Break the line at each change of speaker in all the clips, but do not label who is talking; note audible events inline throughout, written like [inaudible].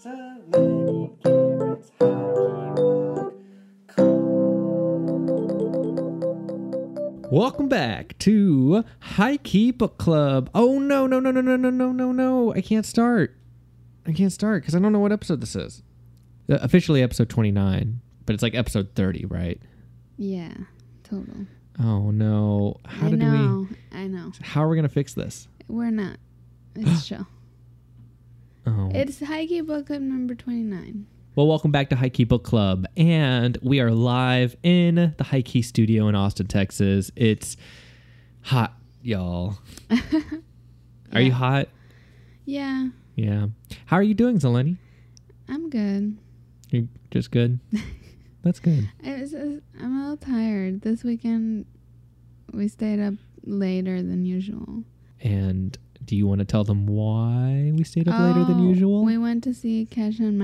Zeleny Karen's Hockey Rock.
Welcome back to High Key Book Club. Oh no, no, no, no, no, no, no, no, no. I can't start. I can't start because I don't know what episode this is. Uh, officially episode 29, but it's like episode 30, right?
Yeah, total.
Oh no. How
I
did
know. I know.
we how are we gonna fix this?
We're not. It's show.
Oh
It's Heike Book Club number 29.
Well, welcome back to High Key Book Club, and we are live in the High Key Studio in Austin, Texas. It's hot,
[laughs]
y'all. Are you hot?
Yeah,
Yeah. How are you doing, Zeleny?
I'm good.
You're just
[laughs]
good. That's good.
I was, I'm a little tired. This weekend, we stayed up later than usual.
And do you want to tell them why we stayed up later than
Oh,
usual?
We went to see Kesha and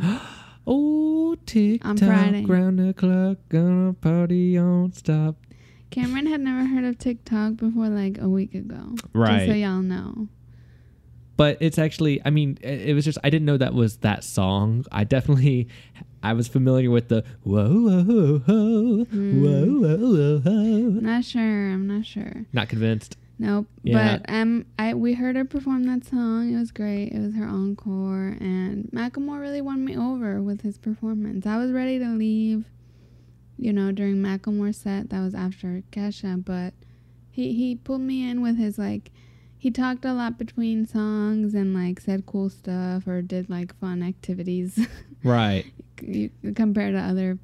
[gasps]
Macklemore.
oh, tick
On
tock,
Friday.
round the clock, gonna party on stop.
Cameron had never heard of TikTok before like a week ago. Just so
Right.
y'all know.
But it's actually, I mean, it it was just I didn't know that was that song. I definitely, I was familiar with the whoa whoa whoa whoa
Hmm.
whoa whoa whoa.
Not sure. I'm not sure.
Not
[laughs]
convinced.
Nope.
Yeah.
But um, I we heard her perform that song. It was great. It was her encore, and Macklemore really won me over with his performance. I was ready to leave, you know, during Macklemore's set. That was after Kesha, but he he pulled me in with his like. He talked a lot between songs and like said cool stuff or did like fun activities [laughs]
Right.
you- compared to other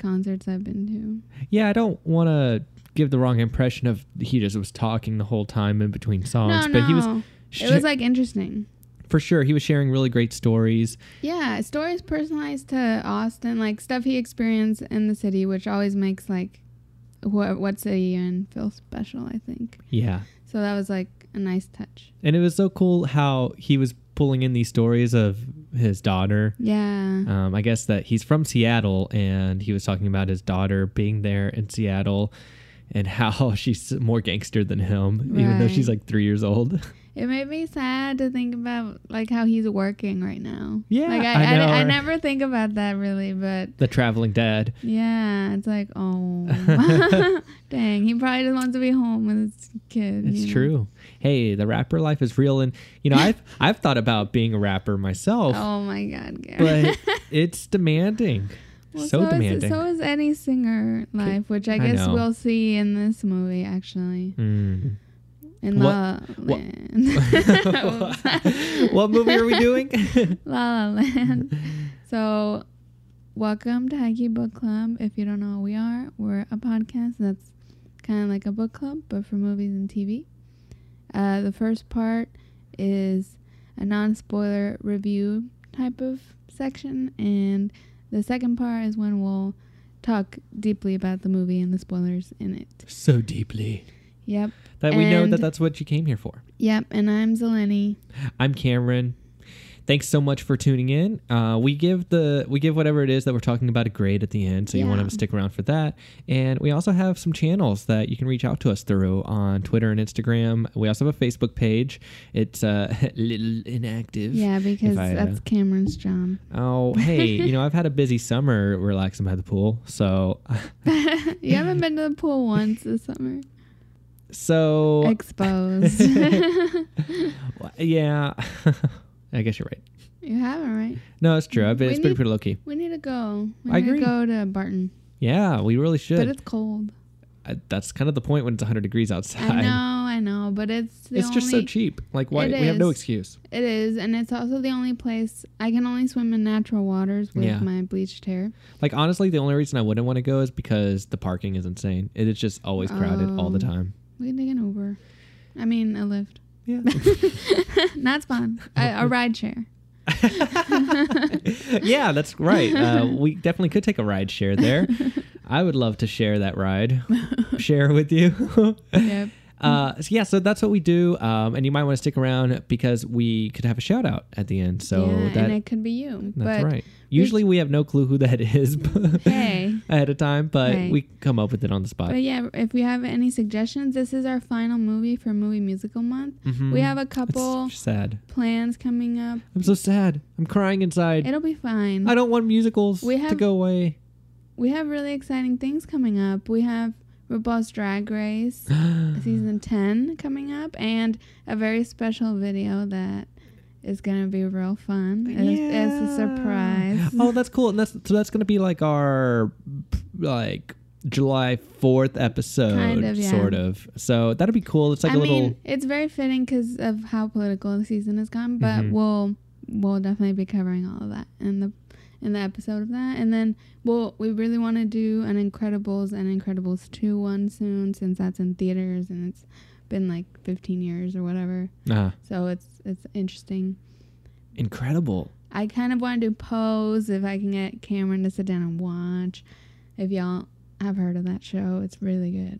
concerts I've been to.
Yeah, I don't want to give the wrong impression of he just was talking the whole time in between songs,
no,
but
no,
he was sh-
it was like interesting.
for sure he was sharing really great stories.
Yeah, stories personalized to Austin, like stuff he experienced in the city, which always makes like what what city you're in feel special. I think
Yeah.
so. That was like a nice touch.
And it was so cool how he was pulling in these stories of his daughter.
Yeah,
Um, I guess that he's from Seattle and he was talking about his daughter being there in Seattle and how [laughs] she's more gangster than him, even though
Right.
she's like three years old. [laughs]
it made me sad to think about like how he's working right now.
Yeah,
like I
I
I,
know,
I
right?
never think about that really, but
the traveling dad.
yeah, it's like
[laughs]
oh, [laughs] dang, he probably just wants to be home with his kid.
It's
you know?
true. Hey, the rapper life is real. And, you know, I've, I've thought about being a rapper myself,
Oh my God, Gary. [laughs]
but it's demanding.
Well,
so, demanding.
Is, so is any singer life, which I
I
guess
know.
we'll see in this movie, actually. [laughs]
Mm.
In
What-
La La
what-
Land. [laughs]
[laughs]
Oops.
what movie are we doing?
[laughs] La La Land. So, welcome to Haiku Book Club. If you don't know who we are, we're a podcast that's kind of like a book club, but for movies and TV. Uh, the first part is a non spoiler review type of section, and the second part is when we'll talk deeply about the movie and the spoilers in it.
so deeply.
Yep,
That we know
And-
that that's what you came here for.
yep, and I'm Zeleny.
I'm Cameron. Thanks so much for tuning in. Uh, we give the we give whatever it is that we're talking about a grade at the end, so you want
Yeah.
to stick around for that. And we also have some channels that you can reach out to us through on Twitter and Instagram. We also have a Facebook page. It's uh, [laughs] a little inactive.
Yeah, because
I, uh,
that's Cameron's job. [laughs]
Oh, hey, you know I've had a busy summer relaxing by the pool, so uh,
you haven't been to the pool once this summer.
so [laughs] uh,
Exposed. [laughs]
yeah. [laughs] I guess you're right.
you haven't, right?
No, it's true. I've been,
We
it's been
need-
pretty low key.
We need to go. We need
I agree.
to go to Barton.
Yeah, we really
But
should.
it's cold.
I, that's kind of the point when it's 100 degrees outside.
I
[laughs]
know, I know, but it's the
it's
only
just so cheap. Like why
It
we have no
is.
excuse.
it is and it's also the only place I can only swim in natural waters with
Yeah.
my bleached hair.
Like honestly, the only reason I wouldn't want to go is because the parking is insane. It is just always crowded all the
Oh. [laughs]
time.
We can take an Uber. I mean a [laughs] lift.
Yeah. [laughs]
Not spawn. A, a ride share.
yeah, that's right. Uh, we definitely could take a ride
[laughs]
share there. I would love to share that ride, share with you. [laughs]
Yep.
Uh, so yeah, so that's what we do. Um, and you might want to stick around because we could have a shout out at the end. So
yeah,
that,
and it could be you.
that's
but
right. Usually we have no clue who that is [laughs]
Hey.
ahead of time, but
Right.
we come up with it on the spot.
But yeah, if we have any suggestions, this is our final movie for Movie Musical Month.
Mhm.
We have a
It's
couple
sad.
plans coming up.
I'm so sad. I'm crying inside.
It'll be fine.
I don't want musicals
We
to
have-
go away.
We have really exciting things coming up. We have RuPaul's
[gasps]
Drag Race season 10 coming up and a very special video that is going to be real fun. It's, it's a
Yeah.
surprise.
Oh, that's cool. And that's so that's gonna be like our like July fourth episode,
Kind of, yeah.
sort of. So that'd be cool. It's like
I
a
mean,
little.
it's very fitting because of how political the season has gone, but
Mhm.
we'll we'll definitely be covering all of that in the in the episode of that. And then we'll we really want to do an Incredibles and Incredibles 2 one soon since that's in theaters and it's been like 15 years or whatever.
Ah,
So it's it's interesting.
incredible.
I kind of want to do Pose if I can get Cameron to sit down and watch. If y'all have heard of that show, it's really good.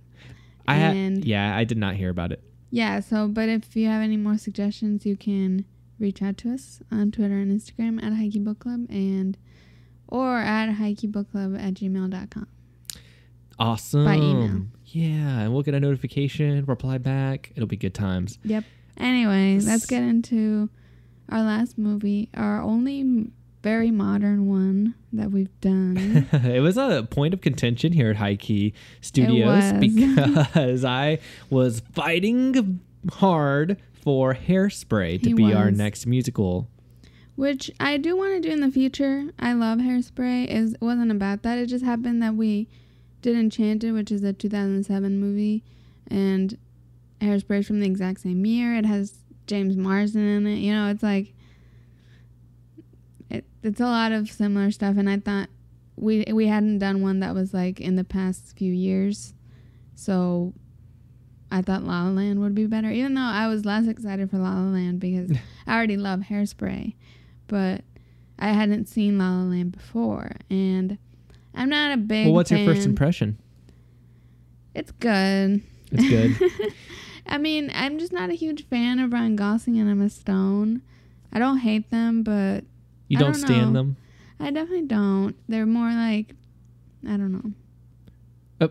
I ha-
And-
yeah, I did not hear about it.
Yeah, so but if you have any more suggestions, you can reach out to us on Twitter and Instagram at Hikey Book Club and or at hikeybookclub at gmail.com.
Awesome.
email.
Yeah, and we'll get a notification, reply back. It'll be good times. [laughs]
Yep. Anyway, let's
S-
get into our last movie, our only m- very modern one that we've
[laughs]
done.
it was a point of contention here at High Key Studios
was.
because I was fighting hard for Hairspray to
He
be our
was.
next musical.
which I do want to do in the future. I love Hairspray. Is wasn't about that. It just happened that we did Enchanted, which is a 2007 movie, and Hairspray's from the exact same year. It has James Marsden in it. You know, it's like it, it's a lot of similar stuff. And I thought we we hadn't done one that was like in the past few years, so. I thought La La Land would be better, even though I was less excited for La La Land because
[laughs]
I already love Hairspray but I hadn't seen La La Land before, and I'm not a big.
Well, what's your first
fan.
impression?
It's good.
It's good.
[laughs] I mean, I'm just not a huge fan of Ryan Gosling and Emma Stone. I don't hate them, but
You
I
don't,
don't
stand
know.
them.
I definitely don't. They're more like, I don't know.
Uh,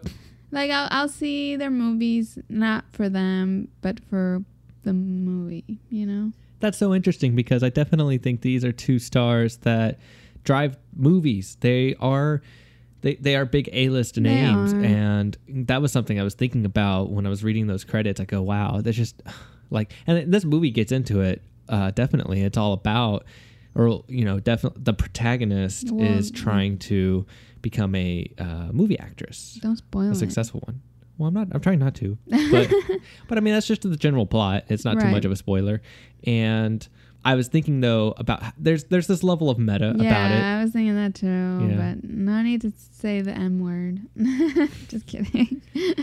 Like I'll I'll see their movies not for them, but for the movie. You know.
that's so interesting because I definitely think these are two stars that drive movies. They are they, they are big A-list names
are.
and that was something I was thinking about when I was reading those credits. I go, "Wow, that's just [sighs] like and this movie gets into it uh definitely. It's all about or you know, definitely the protagonist
Well,
is trying to become a uh, movie actress
Don't spoil
a
it.
successful one. Well, I'm not. I'm trying not to.
[laughs]
But but I mean, that's just the general plot. It's not too
Right.
much of a spoiler. And I was thinking though about there's there's this level of meta about it.
Yeah, I was thinking that too,
Yeah.
but no need to say the M word. [laughs] Just kidding. [laughs]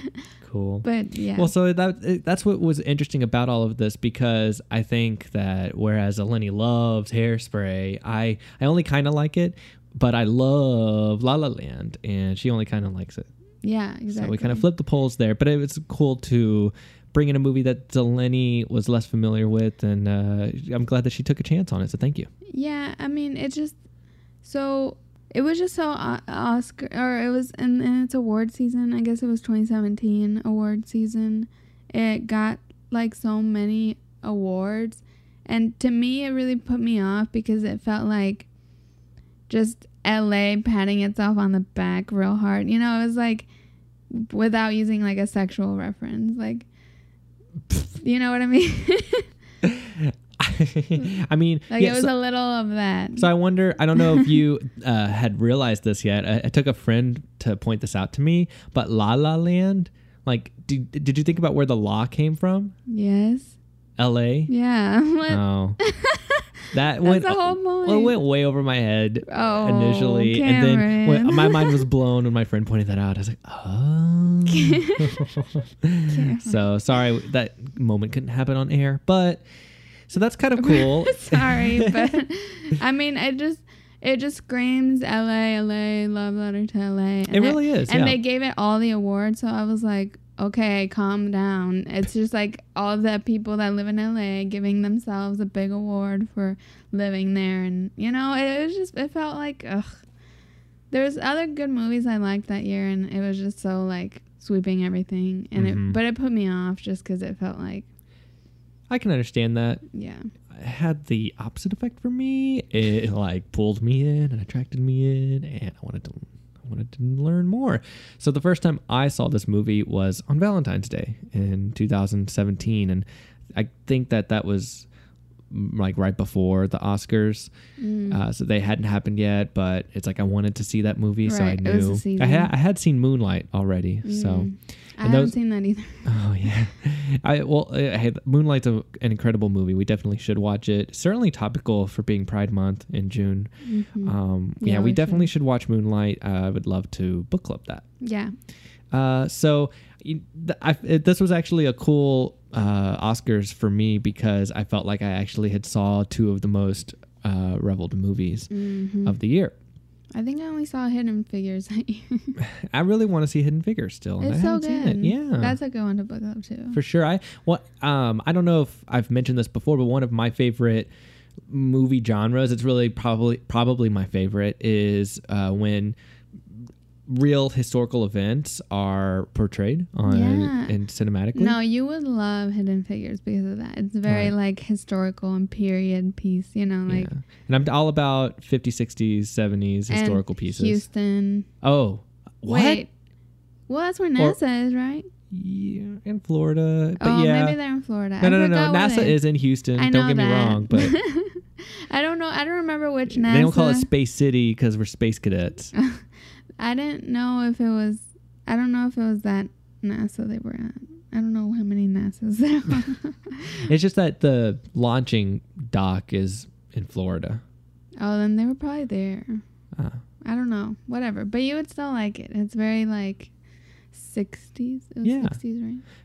Cool.
but yeah.
Well, so that it- that's what was interesting about all of this because I think that whereas Eleni loves Hairspray, I I only kind of like it, but I love La La Land, and she only kind of likes it.
yeah, exactly.
So we kind of flipped the polls there, but it was cool to bring in a movie that Delaney was less familiar with, and uh, I'm glad that she took a chance on it. So thank you. [laughs]
Yeah, I mean, it just so it was just so O- Oscar or it was and, and it's award season. I guess it was 2017 award season. It got like so many awards, and to me, it really put me off because it felt like just LA patting itself on the back real hard. You know, it was like without using like a sexual reference, like. You know what I mean? [laughs]
I mean,
like
yeah,
it was
so,
a little of that.
so I wonder. I don't know if you [laughs] uh, had realized this yet. I, I took a friend to point this out to me, but La La Land. Like, did, did you think about where the law came from?
yes.
L.A.
Yeah. [laughs] What?
Oh, that
That's
went.
the whole point.
Well, it went way over my head
oh,
initially, and then when,
Cameron.
my mind [laughs] was blown when my friend pointed that out. I was like, oh. so sorry that moment couldn't happen on air, but so that's kind of cool.
[laughs] Sorry, but I mean, it just it just screams LA, LA, love letter to LA. And
It really is,
And
yeah.
they gave it all the awards, so I was like, okay, calm down. It's just like all the people that live in LA giving themselves a big award for living there. And, you know, it, was just, it felt like, ugh. There was other good movies I liked that year, and it was just so like sweeping everything. And
Mhm.
it, but it put me off just because it felt like,
I can understand that.
yeah.
It had the opposite effect for me. It like pulled me in and attracted me in, and I wanted to. I wanted to learn more. So the first time I saw this movie was on Valentine's Day in 2017, and I think that that was mm, like right before the Oscars.
Mm.
Uh, so they hadn't happened yet, but it's like I wanted to see that movie, so I
Right, it was the
knew I
season.
had I had seen Moonlight already. So
Mm. I
and
haven't
those-
seen that either.
Oh yeah, I well, uh, hey, Moonlight's a, an incredible movie. We definitely should watch it. Certainly topical for being Pride Month in June. [laughs]
Mhm.
Um, yeah,
Yeah,
we,
we
definitely should watch Moonlight. Uh, I would love to book club that.
[laughs] yeah.
Uh, so you- th- I, it, this was actually a cool uh, Oscars for me because I felt like I actually had saw two of the most uh, reveled movies
Mhm.
of the year.
I think I only saw Hidden Figures that year.
I really want to see Hidden Figures still. and I
It's so
haven't seen it.
good.
Yeah,
That's a good one to book up too.
for sure. I well, um, I don't know if I've mentioned this before, but one of my favorite movie genres, it's really probably probably my favorite, is uh, when real historical events are portrayed on
Yeah.
and cinematically.
No, you would love Hidden Figures because of that. It's very
Right.
like historical and period piece, you know, like
yeah. and I'm all about 50s, 60s, 70s
and
historical pieces.
Houston.
Oh, what?
Wait. Well, that's where
Or-
NASA is, right?
Yeah, in Florida, but
oh,
yeah.
maybe they're in Florida.
no,
I
no, no,
forgot
no.
where
NASA
they-
is in Houston.
I know
don't get me
that.
wrong, but
[laughs] I don't know. I don't remember which NASA.
They don't call it Space City because we're space cadets.
I didn't know if it was. I don't know if it was that NASA they were at. I don't know how many NASA's there [laughs] are.
It's just that the launching dock is in Florida.
oh, then they were probably there.
Ah.
I don't know. Whatever. But you would still like it. It's very like 60s. It was
Yeah.
60s,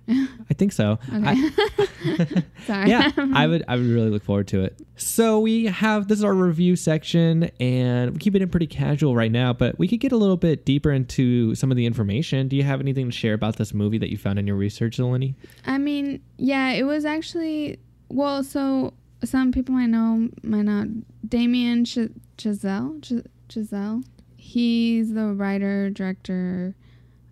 right?
I think so. I-
okay.
[laughs]
[laughs] Sorry.
yeah,
[laughs]
I would. I would really look forward to it. So we have this is our review section, and we keep it in pretty casual right now. But we could get a little bit deeper into some of the information. Do you have anything to share about this movie that you found in your research, Zeleny?
I mean, yeah, it was actually well. So some people I know might not. Damien Ch- Chazelle, Ch- Chazelle, he's the writer director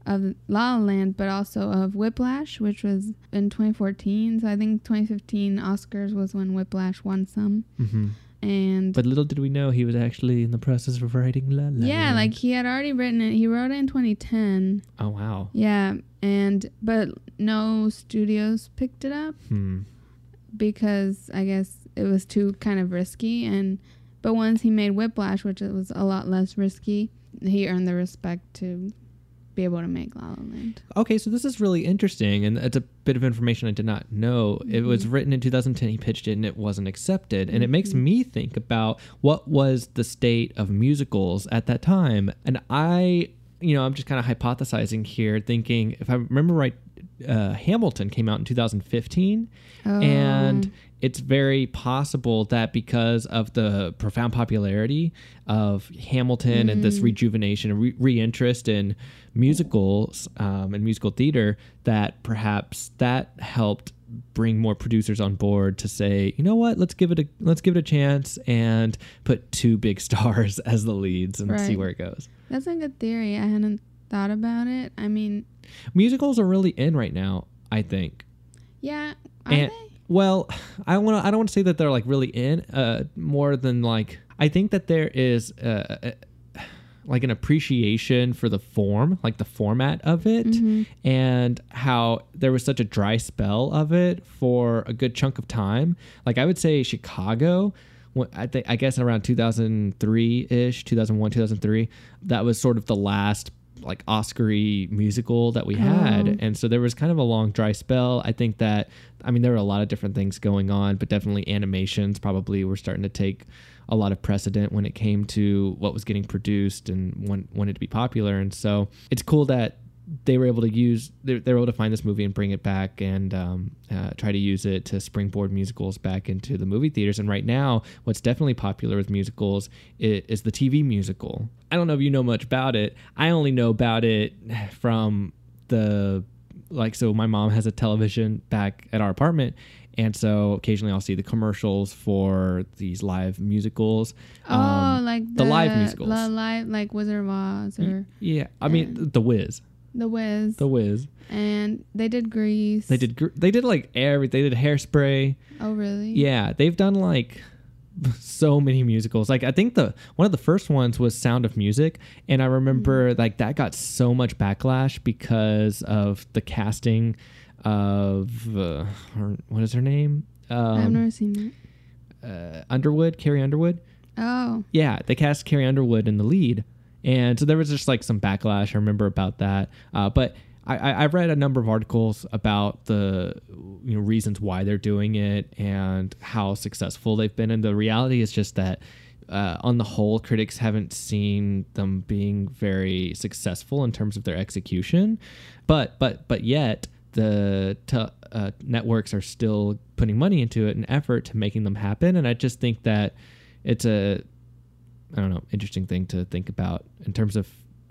of La La Land, but also of Whiplash, which was in 2014. So I think 2015 Oscars was when Whiplash won some,
Mm-hmm.
and
But little did we know he was actually in the process of writing La La.
yeah,
Land.
like he had already written it. He wrote it in 2010.
oh wow.
Yeah, and but no studios picked it up.
Hmm.
because I guess it was too kind of risky. And but once he made Whiplash, which it was a lot less risky, he earned the respect to be able to make La La Land.
Okay, so this is really interesting, and it's a bit of information I did not know. It was written in 2010. He pitched it, and it wasn't accepted. And it makes me think about what was the state of musicals at that time. And I, you know, I'm just kind of hypothesizing here, thinking if I remember right, uh, Hamilton came out in 2015,
Oh.
and it's very possible that because of the profound popularity of Hamilton and this rejuvenation and re- reinterest in musicals um, and musical theater, that perhaps that helped bring more producers on board to say, you know what, let's give it a let's give it a chance and put two big [laughs] stars as the leads and see
Right.
where it goes.
that's a good theory. I hadn't thought about it. I mean,
Musicals are really in right now, I think.
yeah, are
And-
they?
Well, I want to. I don't want to say that they're like really in. Uh, more than like, I think that there is uh, uh, like an appreciation for the form, like the format of it, and how there was such a dry spell of it for a good chunk of time. Like I would say Chicago. when- I think I guess around 2003 ish, 2001, 2003. That was sort of the last like Oscar-y musical that we had,
Oh.
and so there was kind of a long dry spell. I think that I mean there were a lot of different things going on, but definitely animations probably were starting to take a lot of precedent when it came to what was getting produced and when wanted to be popular. And so it's cool that they were able to use they, they were able to find this movie and bring it back and um, uh, try to use it to springboard musicals back into the movie theaters and right now what's definitely popular with musicals is, is the tv musical [sighs] i don't know if you know much about it i only know about it from the like so my mom has a television back at our apartment and so occasionally I'll see the commercials for these live musicals.
Oh,
Um,
like
the live musicals.
the live like Wizard of Oz or
yeah, I mean The Wiz,
The Wiz,
The Wiz.
and they did Grease.
They did gr- they did like every they did Hairspray.
Oh, really?
Yeah, they've done like [laughs] so many musicals. Like I think the one of the first ones was Sound of Music, and I remember like that got so much backlash because of the casting of uh, her, what is her name?
I've
Um,
never seen that.
uh, Underwood, Carrie Underwood.
Oh,
Yeah, they cast Carrie Underwood in the lead, and so there was just like some backlash. I remember about that, uh, but I, I, I read a number of articles about the you know reasons why they're doing it and how successful they've been. And the reality is just that. Uh, on the whole, critics haven't seen them being very successful in terms of their execution, but but but yet the te- uh, networks are still putting money into it and effort to making them happen. And I just think that it's a I don't know, interesting thing to think about in terms of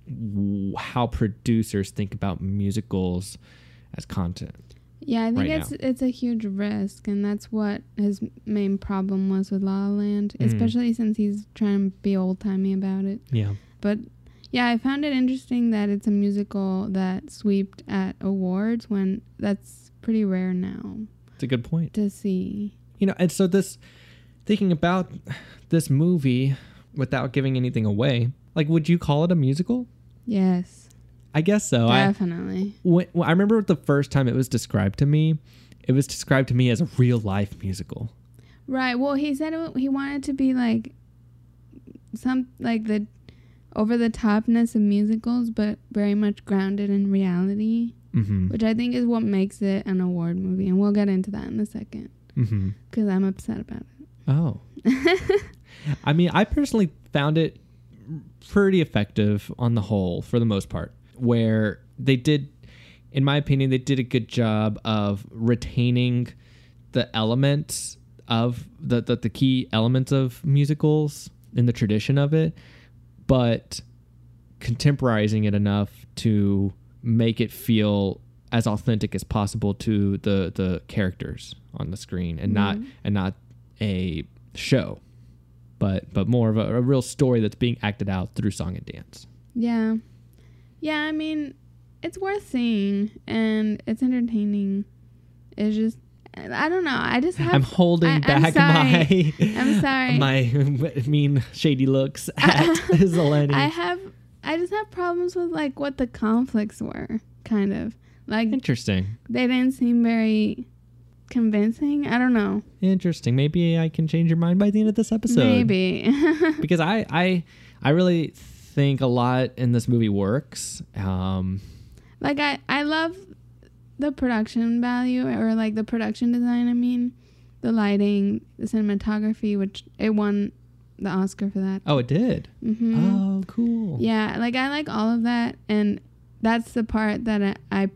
w- how producers think about musicals as content.
yeah. I think
Right
it's
now.
it's a huge risk, and that's what his main problem was with La La Land,
Mm.
especially since he's trying to be old timey about it.
Yeah.
But yeah, I found it interesting that it's a musical that sweeped at awards when that's pretty rare now
It's a good point.
to see.
You know, and so this thinking about this movie without giving anything away, like would you call it a musical?
Yes,
I guess so. Oh, I
definitely.
when, when I remember the first time it was described to me, it was described to me as a real life musical.
Right. Well, he said it, he wanted to be like some like the over the topness of musicals, but very much grounded in reality,
Mhm.
which I think is what makes it an award movie, and we'll get into that in a second
Mhm.
because I'm upset about it.
Oh. [laughs] I mean, I personally found it pretty effective on the whole for the most part, where they did, in my opinion, they did a good job of retaining the elements of the, the, the key elements of musicals in the tradition of it, but contemporizing it enough to make it feel as authentic as possible to the the characters on the screen and not
Mm-hmm.
and not a show but but more of a, a real story that's being acted out through song and dance
Yeah. Yeah, I mean, it's worth seeing and it's entertaining. It's just I don't know. I just have
i'm holding
I- I'm
back
sorry.
[laughs] my
I'm sorry.
my [laughs] mean shady looks
[laughs]
at Zeleny.
I have I just have problems with like what the conflicts were kind of. Like
interesting
they didn't seem very convincing. I don't know.
interesting maybe i can change your mind by the end of this episode
Maybe. [laughs]
because I I I really think a lot in this movie works. Um,
like I I love the production value or like the production design, I mean, the lighting, the cinematography, which it won the Oscar for that.
oh, it did.
Mhm.
Oh, cool.
Yeah, like I like all of that, and that's the part that I, I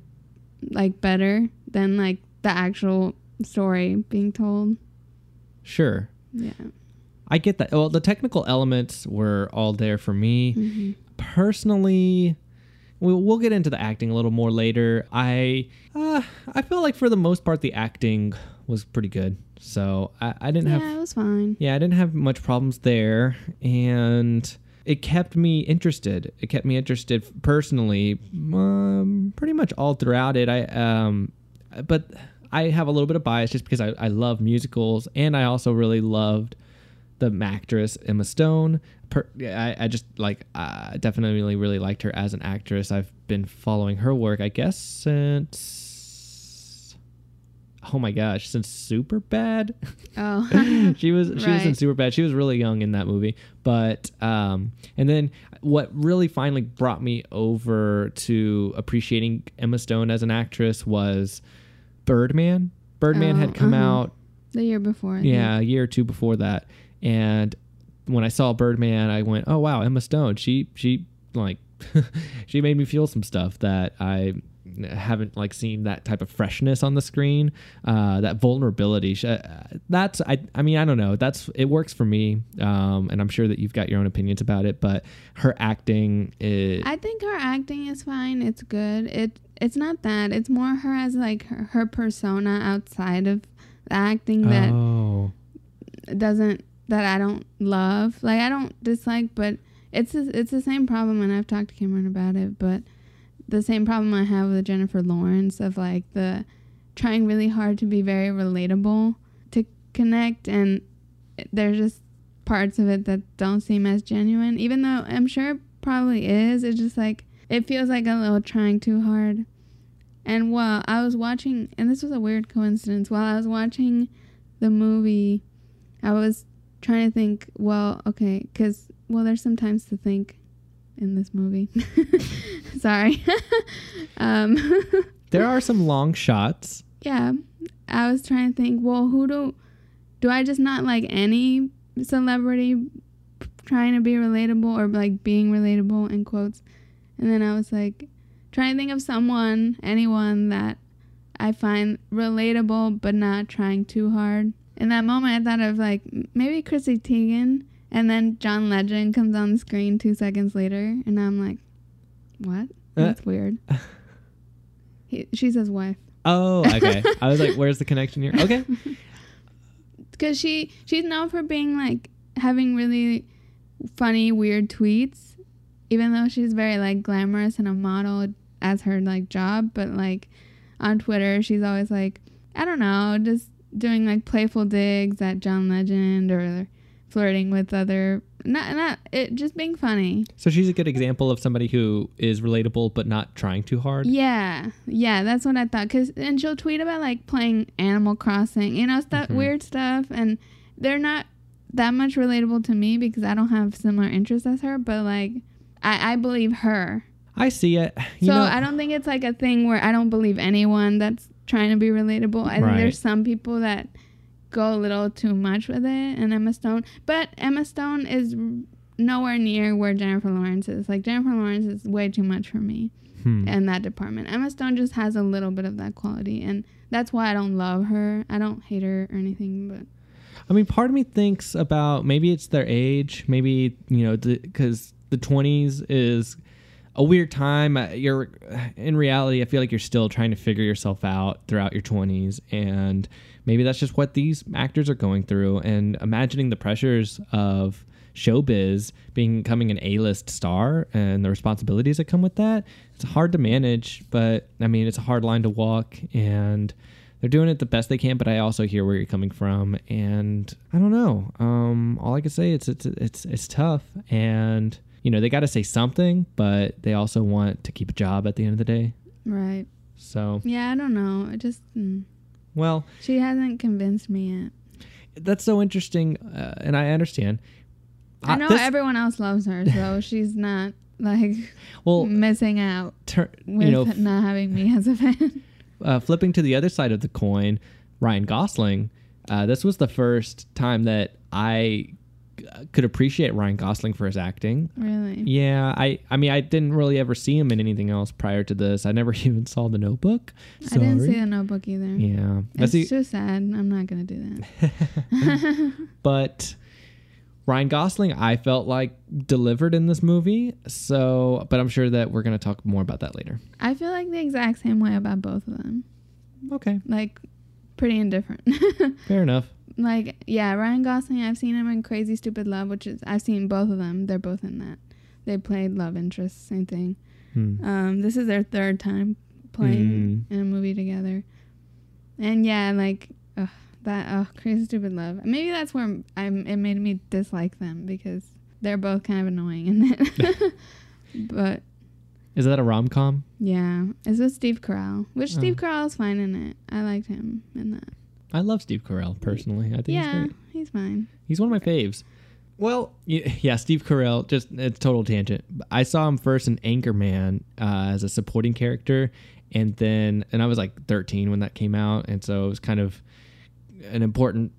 like better than like the actual story being told.
Sure,
Yeah.
I get that. Well, the technical elements were all there for me
Mm-hmm.
personally. We'll, we'll get into the acting a little more later. I uh, I feel like for the most part the acting was pretty good, so I, I didn't have
Yeah, it was fine.
Yeah, I didn't have much problems there, and it kept me interested. It kept me interested personally, um, pretty much all throughout it. I um, but I have a little bit of bias just because I, I love musicals, and I also really loved the actress Emma Stone. Per, I, I just like I definitely really liked her as an actress. I've been following her work, I guess, since oh my gosh, since Super Bad. [laughs]
Oh, [laughs]
she was she was in
Right.
super bad she was really young in that movie but um and then what really finally brought me over to appreciating emma stone as an actress was birdman birdman
Oh,
had come
uh-huh.
out
the year before. I think.
yeah a year or two before that and when i saw birdman i went [laughs] oh wow emma stone she she like she made me feel some stuff that i haven't like seen that type of freshness on the screen, uh, that vulnerability. Sh- uh, That's I. I mean, I don't know. That's it works for me, um, and I'm sure that you've got your own opinions about it. But her acting, is,
I think her acting is fine. It's good. It it's not that. It's more her as like her, her persona outside of the acting that
oh,
doesn't that I don't love. Like I don't dislike, but it's a, it's the same problem, and I've talked to Cameron about it. But the same problem I have with Jennifer Lawrence of like the trying really hard to be very relatable to connect, and there's just parts of it that don't seem as genuine, even though I'm sure it probably is. It's just like it feels like a little trying too hard. And while I was watching, and this was a weird coincidence, while I was watching the movie, I was trying to think, well, okay, because, well, there's some times to think in this movie. [laughs] Sorry. [laughs] um, [laughs]
there are some long shots.
yeah, I was trying to think, well, who do, do I just not like any celebrity p- trying to be relatable or like being relatable in quotes? And then I was like, trying to think of someone, anyone that I find relatable but not trying too hard. In that moment, I thought of like m- maybe Chrissy Teigen, and then John Legend comes on the screen two seconds later, and I'm like, what? That's weird. He, she's his wife.
Oh, okay. I was like, where's the connection here? Okay.
because she she's known for being like having really funny weird tweets even though she's very like glamorous and a model as her like job but like on twitter she's always like i don't know just doing like playful digs at john legend or flirting with other not not it just being funny
So she's a good example of somebody who is relatable but not trying too hard.
yeah yeah that's what i thought because and she'll tweet about like playing animal crossing you know stuff
Mhm.
weird stuff and they're not that much relatable to me because i don't have similar interests as her but like i, I believe her
I see it. You
so
know,
i don't think it's like a thing where i don't believe anyone that's trying to be relatable i think
Right.
there's some people that go a little too much with it and emma stone but emma stone is nowhere near where jennifer lawrence is like jennifer lawrence is way too much for me
hmm.
in that department. Emma Stone just has a little bit of that quality, and that's why I don't love her. I don't hate her or anything, but
I mean, part of me thinks about maybe it's their age, maybe you know, because the twenties is a weird time. Uh, You're in reality, I feel like you're still trying to figure yourself out throughout your twenties, and maybe that's just what these actors are going through. And imagining the pressures of showbiz, being becoming an A-list star, and the responsibilities that come with that, it's hard to manage. But I mean, it's a hard line to walk, and they're doing it the best they can, but I also hear where you're coming from, and I don't know. Um, all I can say is it's it's it's tough, and you know they got to say something, but they also want to keep a job at the end of the day.
right.
So
Yeah, I don't know. It just mm,
well,
she hasn't convinced me yet.
that's so interesting, uh, and I understand.
I
Uh,
know
this-
everyone else loves her,
[laughs]
so she's not like
well,
missing out
tur-
with
you know,
[laughs] not having me as a fan. [laughs]
uh, flipping to the other side of the coin, Ryan Gosling. Uh, this was the first time that I uh, could appreciate Ryan Gosling for his acting.
really.
Yeah, I I mean I didn't really ever see him in anything else prior to this. I never [laughs] even saw The Notebook.
I didn't
Sorry.
see the notebook either.
Yeah,
It's
that's the,
too sad. I'm not gonna do
[laughs]
that.
but Ryan Gosling I felt like delivered in this movie. So, but I'm sure that we're gonna talk more about that later.
I feel like the exact same way about both of them.
Okay,
Like, pretty indifferent. [laughs]
fair enough.
like yeah ryan gosling i've seen him in crazy stupid love which is i've seen both of them they're both in that they played love interests same thing
Hmm.
um this is their third time playing
Mm-hmm.
in a movie together and yeah like ugh, that oh crazy stupid love maybe that's where i'm it made me dislike them because they're both kind of annoying in it [laughs] but
Is that a rom com?
yeah it's with steve carell which
Oh.
steve carell is fine in it i liked him in that
I love Steve Carell personally. I think he's
yeah
great.
he's fine
He's one of my faves. Well, y- yeah, Steve Carell. Just it's total tangent. I saw him first in Anchorman uh, as a supporting character, and then and I was like 13 when that came out, and so it was kind of an important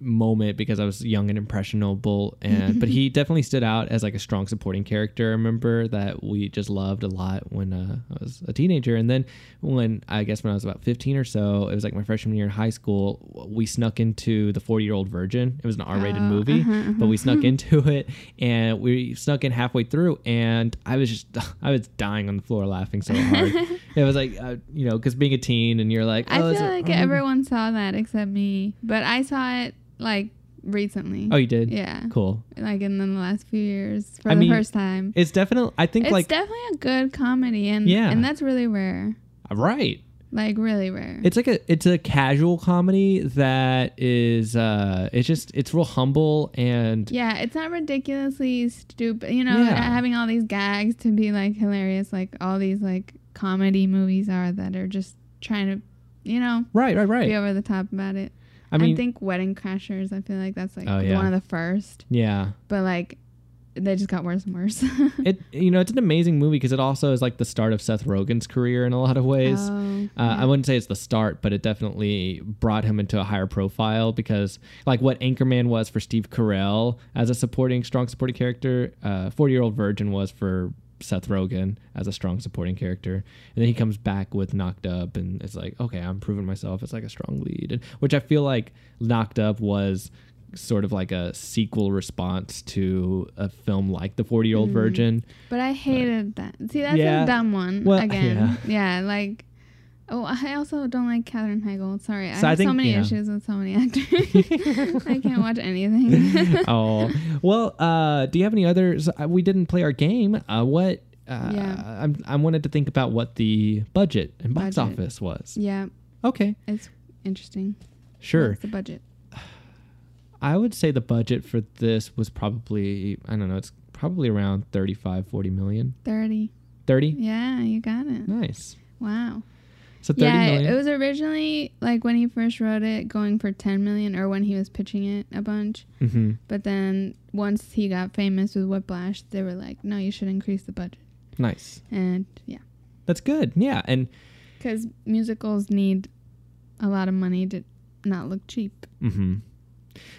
moment because I was young and impressionable and but
[laughs]
he definitely stood out as like a strong supporting character I remember that we just loved a lot when uh, I was a teenager and then when I guess when I was about 15 or so it was like my freshman year in high school we snuck into the 40 year old virgin it was an R-rated
Oh,
movie
uh-huh, uh-huh.
but we
[laughs]
snuck into it and we snuck in halfway through and I was just [laughs] I was dying on the floor laughing so hard
[laughs]
it was like uh, you know because being a teen and you're like
I
oh, is
feel
it-
like
oh,
everyone saw that except me, but I saw it like recently.
oh you did
yeah,
cool
like in the last few years for
I
the
mean,
first time.
It's definitely. I think
It's
like
definitely a good comedy, and
Yeah.
and that's really rare,
right.
like really rare.
It's like a it's a casual comedy that is uh it's just it's real humble and
yeah, it's not ridiculously stupid, you know,
Yeah.
not having all these gags to be like hilarious, like all these like comedy movies are that are just trying to, you know,
right right
be
right.
over the top about it.
I mean
think Wedding Crashers. I feel like that's like
Oh, yeah.
one of the first,
yeah.
but like they just got worse and
[laughs]
worse.
It you know it's an amazing movie because it also is like the start of Seth Rogen's career in a lot of ways.
Oh,
Uh, I
yeah.
wouldn't say it's the start, but it definitely brought him into a higher profile because, like, what Anchorman was for Steve Carell as a supporting, strong supporting character, uh, 40 Year Old Virgin was for Seth Rogen as a strong supporting character. And then he comes back with Knocked Up, and it's like, okay, I'm proving myself as like a strong lead, and, which I feel like Knocked Up was sort of like a sequel response to a film like The 40 Year Old Virgin.
but I hated that. See, that's
Yeah.
a dumb one
Well,
again. Yeah. like. Oh, I also don't like Katherine Heigl. Sorry, I
So I
have so
think,
many
yeah.
issues with
[laughs]
so many actors. [laughs] I can't watch anything.
oh well uh do you have any others uh, we didn't play our game uh what uh,
Yeah.
I'm, I wanted to think about what the budget and box
Budget.
office was.
yeah,
Okay,
it's interesting.
sure.
What's the budget.
I would say the budget for this was probably, I don't know, it's probably around 35, 40 million.
Thirty.
30?
Yeah, you got it.
Nice.
Wow.
So thirty
Yeah,
million.
it was originally like when he first wrote it, going for ten million, or when he was pitching it a bunch.
mm-hmm.
But then once he got famous with Whiplash, they were like, "No, you should increase the budget."
Nice.
And yeah,
That's good. Yeah. And
because musicals need a lot of money to not look cheap.
Mm-hmm.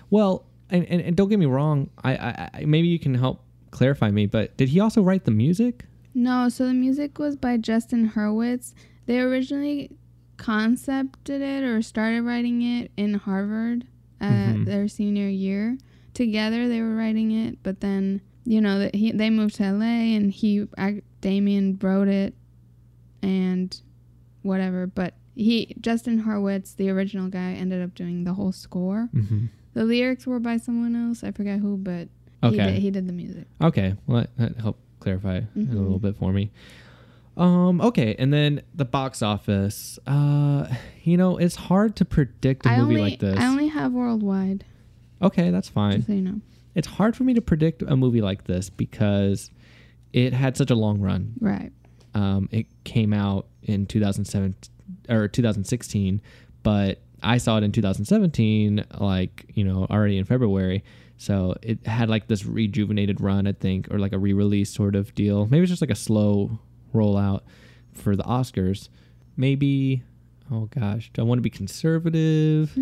Well, and, and, and don't get me wrong. I, I, I maybe you can help clarify me. But did he also write the music?
No, so the music was by Justin Hurwitz. They originally concepted it or started writing it in Harvard uh,
Mhm.
their senior year. Together they were writing it, but then you know that he they moved to LA and he I, Damien wrote it and whatever, but he Justin Hurwitz, the original guy, ended up doing the whole score.
Mm-hmm.
The lyrics were by someone else, I forget who, but
Okay.
he did, he did the music.
Okay, well that, that helped clarify it a little
Mhm.
bit for me. Um, okay, and then the box office. Uh, you know, it's hard to predict a
I
movie
only
like this.
I only have worldwide.
okay, that's fine.
Just so you know.
It's hard for me to predict a movie like this because it had such a long run.
Right.
Um, it came out in 2007 or 2016, but I saw it in 2017, like you know, already in February. So it had like this rejuvenated run, I think, or like a re-release sort of deal. Maybe it's just like a slow rollout for the Oscars. Maybe, oh gosh, do I want to be conservative?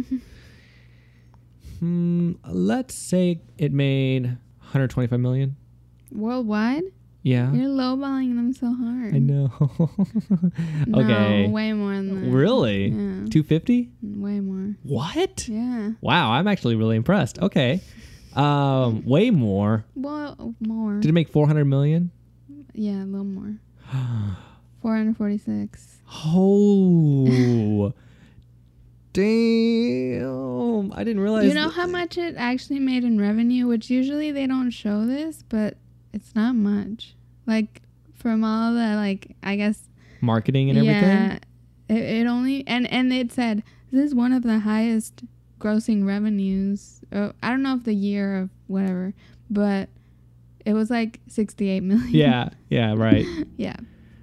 hmm, let's say it made 125 million.
Worldwide?
Yeah,
You're lowballing them so hard.
I know. [laughs] okay.
No, way more than that.
Really?
Yeah.
250?
Way more.
What?
Yeah.
Wow, I'm actually really impressed. Okay. Um, way more.
Well, more.
Did it make 400 million?
yeah, a
[gasps]
little more. 446.
Oh. [laughs] Damn. I didn't realize.
You know how much it actually made in revenue, which usually they don't show this, but it's not much. Like, from all the, like, I guess.
marketing and everything?
Yeah. It, it only. And, and it said, this is one of the highest grossing revenues. Oh, I don't know if the year of whatever, but it was like 68
[laughs]
million.
Yeah. Yeah, right.
[laughs] yeah.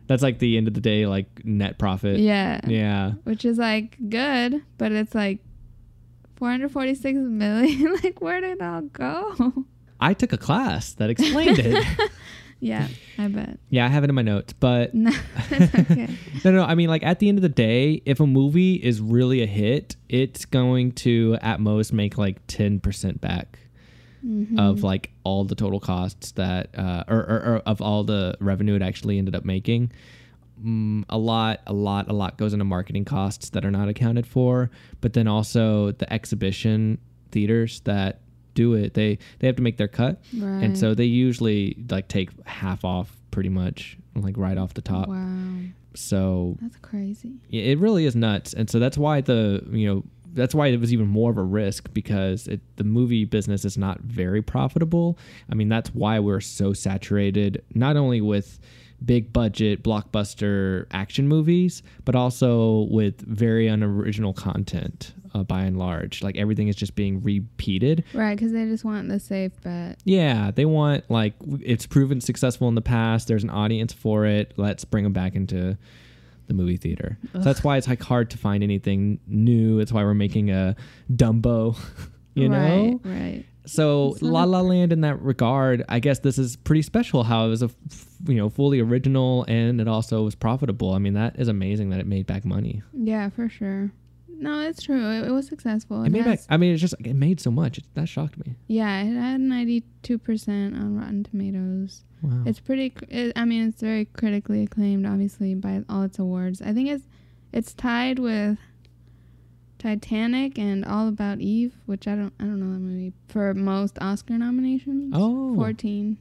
That's like the end of the day, like net profit.
Yeah.
Yeah.
Which is like good, but it's like 446 [laughs] million. like, where did it all go? [laughs]
I took a class that explained it.
Yeah, I bet. [laughs]
Yeah, I have it in my notes, but
No,
[laughs]
that's okay.
no, no. I mean, like at the end of the day, if a movie is really a hit, it's going to at most make like ten percent back
Mm-hmm.
of like all the total costs that, uh, or, or, or of all the revenue it actually ended up making. Mm, a lot, a lot, a lot goes into marketing costs that are not accounted for, but then also the exhibition theaters that do it, they they have to make their cut,
Right.
and so they usually like take half off pretty much, like right off the top.
wow,
So
that's crazy.
yeah, it really is nuts and so that's why the you know that's why it was even more of a risk because it, the movie business is not very profitable i mean that's why we're so saturated not only with big budget blockbuster action movies but also with very unoriginal content uh, by and large like everything is just being repeated
Right, because they just want the safe bet.
yeah they want like w- it's proven successful in the past there's an audience for it let's bring them back into the movie theater so that's why it's like hard to find anything new that's why we're making a dumbo [laughs] you know
Right, right.
so
It's not
la
a-
la land in that regard i guess this is pretty special how it was a f- you know fully original and it also was profitable i mean that is amazing that it made back money
Yeah, for sure. No, it's true. It, it was successful.
it made back
has-
i mean it's just it made so much it, that shocked me
Yeah, it had ninety-two percent on Rotten Tomatoes.
wow
It's pretty. cr- It, I mean, it's very critically acclaimed, obviously, by all its awards. I think it's it's tied with Titanic and All About Eve, which I don't I don't know that movie for most Oscar nominations.
Oh.
Fourteen.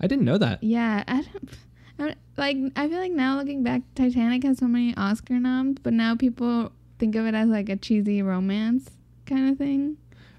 i didn't know that
Yeah, I don't. I don't- Like I feel like now looking back, Titanic has so many Oscar noms, but now people think of it as like a cheesy romance kind of thing.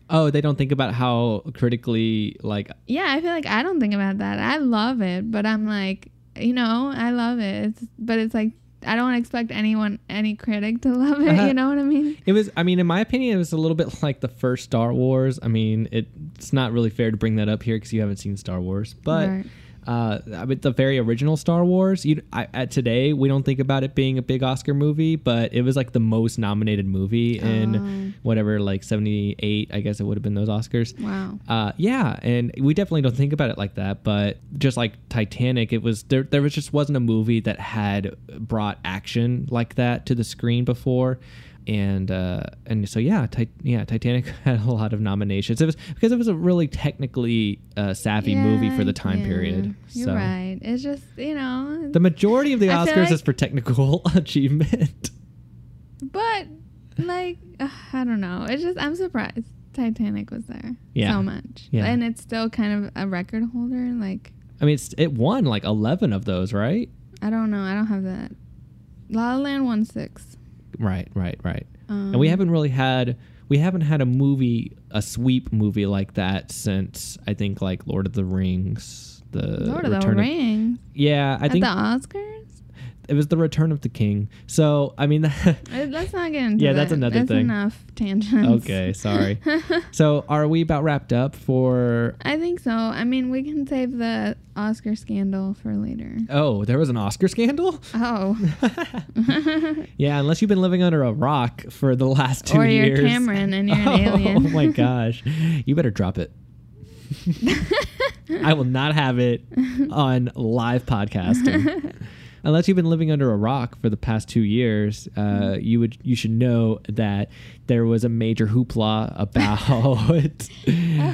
oh they don't think about how critically like
Yeah, I feel like I don't think about that. I love it, but I'm like, you know, I love it. It's, but it's like I don't expect anyone, any critic to [laughs] love it.
Uh-huh.
You know what I mean?
It was, I mean, in my opinion, it was a little bit [laughs] like the first Star Wars. I mean, it, it's not really fair to bring that up here because you haven't seen Star Wars, but
Right.
uh, I mean, the very original Star Wars. You, I, at today, we don't think about it being a big Oscar movie, but it was like the most nominated movie
Oh.
in whatever, like '78. I guess it would have been those Oscars.
Wow.
Uh, yeah, and we definitely don't think about it like that. But just like Titanic, it was there. There was just wasn't a movie that had brought action like that to the screen before, and uh, and so yeah, ti- yeah, Titanic [laughs] had a lot of nominations. It was because it was a really technically uh, savvy movie for the time
Yeah,
period.
You're
so
right. It's just you know,
the majority of the
I feel
Oscars is
like-
for technical [laughs] achievement. [laughs]
but like [sighs] ugh, I don't know. It's just I'm surprised Titanic was there
Yeah.
so much,
Yeah.
and it's still kind of a record holder. Like
I mean, it's, it won like eleven of those, right?
I don't know. I don't have that. La La Land won six.
Right, right, right.
Um,
and we haven't really had we haven't had a movie a sweep movie like that since I think like Lord of the Rings the
Lord of the
Return
Rings
yeah I
at the
think
Oscars.
it was the Return of the King so I mean [laughs]
Uh, Let's not get into
Yeah, that's
that.
another
That's
thing.
enough tangents. [laughs]
okay sorry so are we about wrapped up for
I think so. I mean, we can save the Oscar scandal for later.
oh there was an Oscar scandal [laughs]
Oh,
yeah unless you've been living under a rock for the last two
or you're
years
Cameron and you're
[laughs]
an
oh,
alien.
my gosh you better drop it I will not have it on live podcasting. Unless you've been living under a rock for the past two years, uh, you would you should know that there was a major hoopla about.
A [laughs]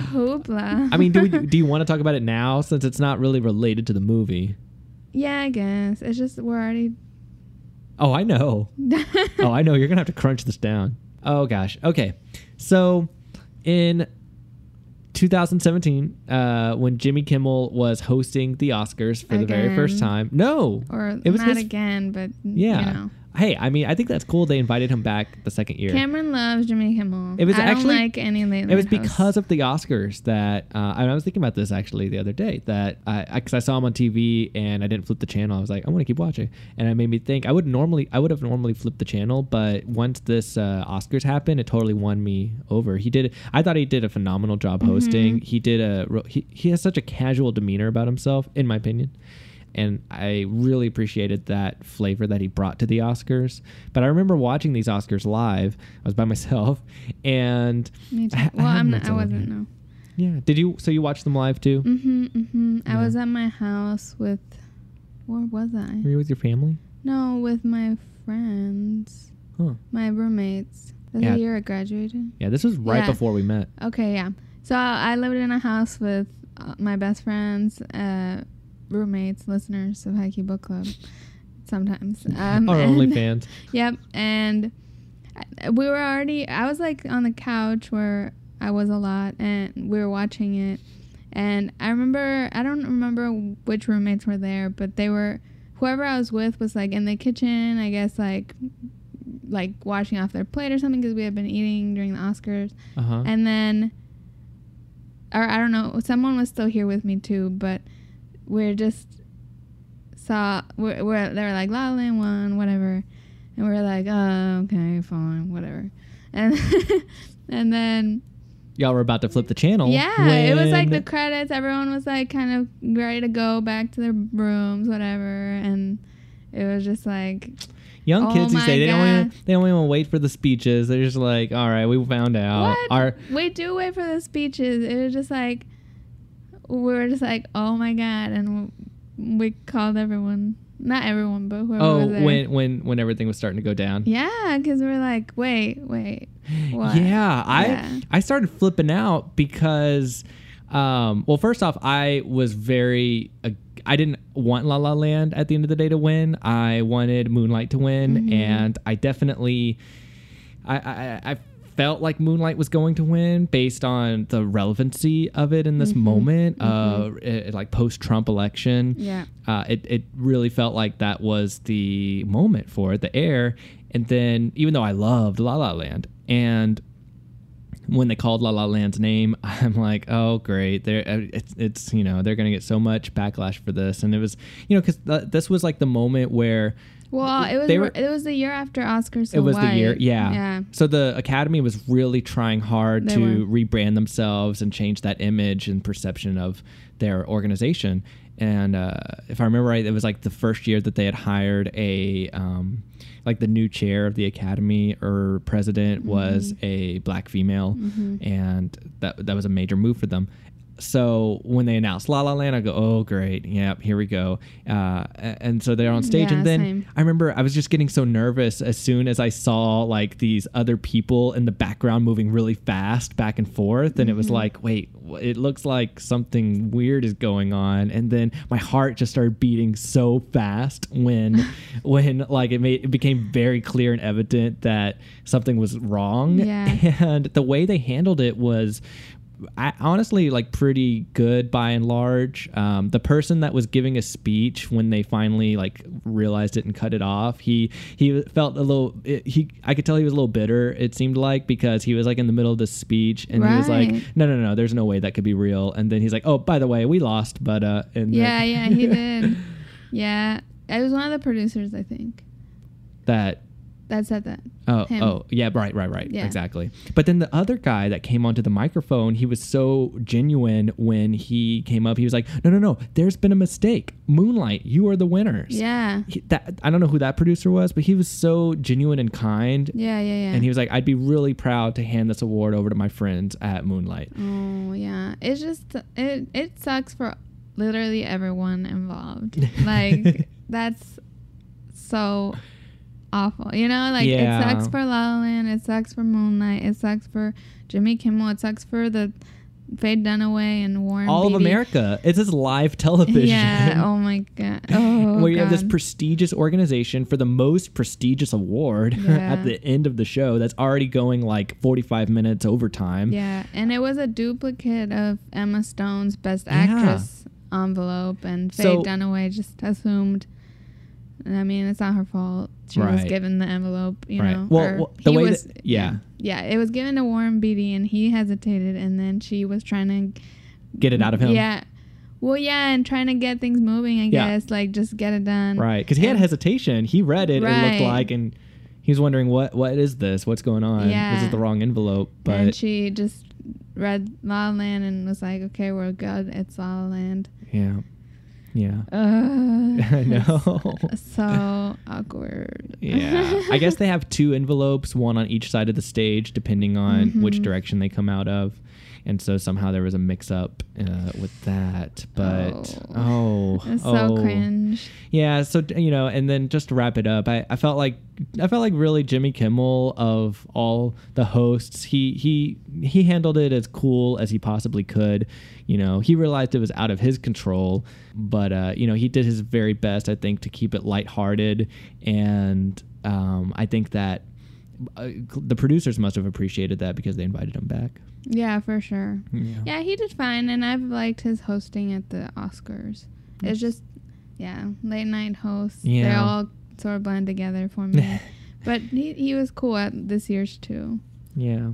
hoopla.
I mean, do we, do you want to talk about it now since it's not really related to the movie?
[laughs] yeah, I guess it's just we're already. [laughs]
Oh, I know. oh, I know. You're gonna have to crunch this down. Oh gosh. Okay. So, in 2017, uh, when Jimmy Kimmel was hosting the Oscars for the very first
Again.
time, no,
or
It was
not
his-
again, but
yeah.
you know.
Hey, I mean, I think that's cool. They invited him back the second year.
Cameron loves Jimmy Kimmel.
It was
I
actually-
don't like any late.
it was
Night hosts.
because of the Oscars that uh, and I was thinking about this actually the other day that I because I saw him on TV and I didn't flip the channel. I was like, I want to keep watching, and it made me think I would normally I would have normally flipped the channel, but once this uh, Oscars happened, it totally won me over. He did I thought he did a phenomenal job hosting. He did a real- he, he has such a casual demeanor about himself, in my opinion. And I really appreciated that flavor that he brought to the Oscars. But I remember watching these Oscars live. I was by myself, and
Me too.
I- I
Well,
had
I'm
my
not. I
time.
wasn't. No.
Yeah. Did you? So you watched them live too?
Mm-hmm. Mm-hmm.
Yeah.
I was at my house with, where was I?
Were you with your family?
No, with my friends,
Huh.
my roommates. That's
Yeah.
the year I graduated.
Yeah. This was right
Yeah.
before we met.
Okay, yeah. So I lived in a house with uh, my best friends, uh, roommates, listeners of Haiku Book Club. Sometimes. Um, [laughs]
Our
and-
OnlyFans.
Yep, and I- we were already. I was like on the couch where I was a lot, and we were watching it. And I remember, I don't remember which roommates were there, but they were. Whoever I was with was like in the kitchen, I guess, like like washing off their plate or something because we had been eating during the Oscars.
Uh huh.
And then, or I don't know, someone was still here with me too, but we're just saw we're, we're they were like La La Land one whatever, and we're like oh okay fine whatever, [laughs] and and then
Y'all were about to flip the channel.
yeah it was like the
Oh, when-
credits everyone was like kind of ready to go back to their rooms whatever and it was just like
young
oh
kids. You
my
say they don't. Even,
God.
they don't even wait for the speeches. They're just like, all right, we found out.
What?
Our
we do wait for the speeches. It was just like we were just like, oh my god, and w- we called everyone, not everyone, but whoever
oh,
was there.
when when when everything was starting to go down.
yeah, because we were like, wait,
[gasps]
wait, what?
Yeah, I
Yeah.
I started flipping out because, um, well, first off, I was very uh, I didn't want La La Land at the end of the day to win. I wanted Moonlight to win, and I definitely, I, I I felt like Moonlight was going to win based on the relevancy of it in this moment, uh, i- like post Trump election
yeah,
uh, it, it really felt like that was the moment for it, the air. And then, even though I loved La La Land, and when they called La La Land's name, [laughs] I'm like, oh great, they're uh, it's, it's you know they're gonna get so much backlash for this, and it was you know because th- this was like the moment where
Well, it was
They were-
it was the year after Oscars. So
it was
White.
the year yeah.
yeah.
so the academy was really trying hard
They
to rebrand themselves and change that image and perception of their organization and uh, if i remember right it was like the first year that they had hired a um, like the new chair of the academy or president was
Mm-hmm.
a black female and that that was a major move for them so when they announced La La Land, I go, "Oh, great! Yep, here we go." Uh, a- and so they're on stage,
Yeah,
and then
same.
I remember I was just getting so nervous as soon as I saw like these other people in the background moving really fast back and forth. And it was like, wait, wh- it looks like something weird is going on. And then my heart just started beating so fast when, when like it made, it became very clear and evident that something was wrong.
Yeah.
[laughs] And the way they handled it was, I, honestly like pretty good by and large. Um, the person that was giving a speech when they finally like realized it and cut it off, he he felt a little. It, he I could tell he was a little bitter. It seemed like because he was like in the middle of the speech and he was like,
Right.
no no no, there's no way that could be real. And then he's like, oh by the way, we lost, but uh, and
Yeah,
then-
yeah, he did. Yeah, it was one of the producers, I think,
[laughs] that
that said that.
Oh,
Him.
oh, yeah, right, right, right,
Yeah.
exactly. But then the other guy that came onto the microphone, he was so genuine when he came up. He was like, "No, no, no, there's been a mistake. Moonlight, you are the winners."
Yeah,
He, that I don't know who that producer was, but he was so genuine and kind,
yeah, yeah, yeah.
and he was like, "I'd be really proud to hand this award over to my friends at Moonlight."
Oh yeah, it's just it it sucks for literally
[laughs]
everyone involved. Like that's so awful. You know, like
Yeah.
it sucks for La La Land, it sucks for Moonlight, it sucks for Jimmy Kimmel, it sucks for the Faye Dunaway and Warren.
All of
Beatty.
America. It's his live television. [laughs]
[laughs] Yeah. Oh my god. Oh.
where you have this
God.
prestigious organization for the most prestigious award [laughs]
Yeah.
at the end of the show that's already going like 45 minutes overtime.
Yeah, and it was a duplicate of Emma Stone's Best
Yeah.
Actress envelope, and Faye
So-
Dunaway just assumed. and I mean, it's not her fault. She was
Right.
given the envelope, you
Right.
know.
Well,
or
well, the
he
way
was-
that- yeah.
yeah, it was given to Warren Beatty, and he hesitated, and then she was trying to
Get it out of him.
Yeah, well, yeah, and trying to get things moving. I
Yeah.
guess like just get it done.
Right. Because he had
And-
hesitation. He read it, it
Right.
looked like, and he was wondering, what what is this? What's going on? This
Yeah.
is the wrong envelope.
and
But
she just
[laughs]
read La La Land and was like, "Okay, we're good. It's La La Land."
yeah. Yeah. [laughs]
Uh, [laughs] I
know. [laughs]
So awkward.
Yeah. I guess they have two envelopes, one on each side of the stage, depending on which direction they come out of. And so somehow there was a mix up uh, with that. But oh,
[laughs] it's
oh.
so cringe.
Yeah, so d- you know, and then just to wrap it up, I, I felt like I felt like really Jimmy Kimmel of all the hosts, he he he handled it as cool as he possibly could. You know, he realized it was out of his control, but uh, you know, he did his very best, I think, to keep it lighthearted, and um, I think that uh, the producers must have appreciated that because they invited him back.
Yeah, for sure.
Yeah.
Yeah, he did fine, and I've liked his hosting at the Oscars. It's just, yeah, late night hosts. They
Yeah.
all sort of blend together
[laughs]
for me. but he, he was cool at this year's too.
Yeah.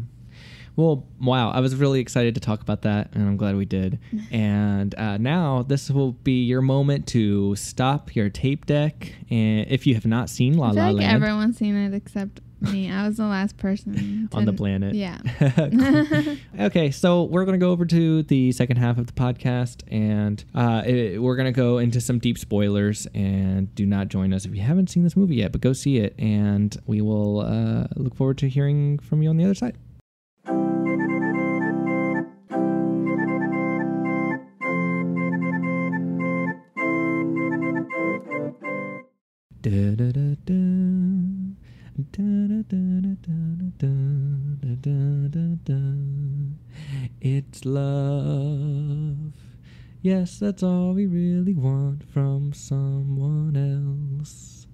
Well, wow. I was really excited to talk about that, and I'm glad we
[laughs]
did. And uh, now this will be your moment to stop your tape deck. And if you have not seen La
I
La
feel like
Land
everyone's seen it except me. I was the last person
[laughs] on
to-
the planet.
Yeah.
Cool. okay, so we're going to go over to the second half of the podcast, and uh, it, we're going to go into some deep spoilers. And do not join us if you haven't seen this movie yet, but go see it. And we will uh, look forward to hearing from you on the other side. Da-da-da-da. Da-da-da-da-da-da-da-da-da-da. It's love. Yes, that's all we really want from someone else.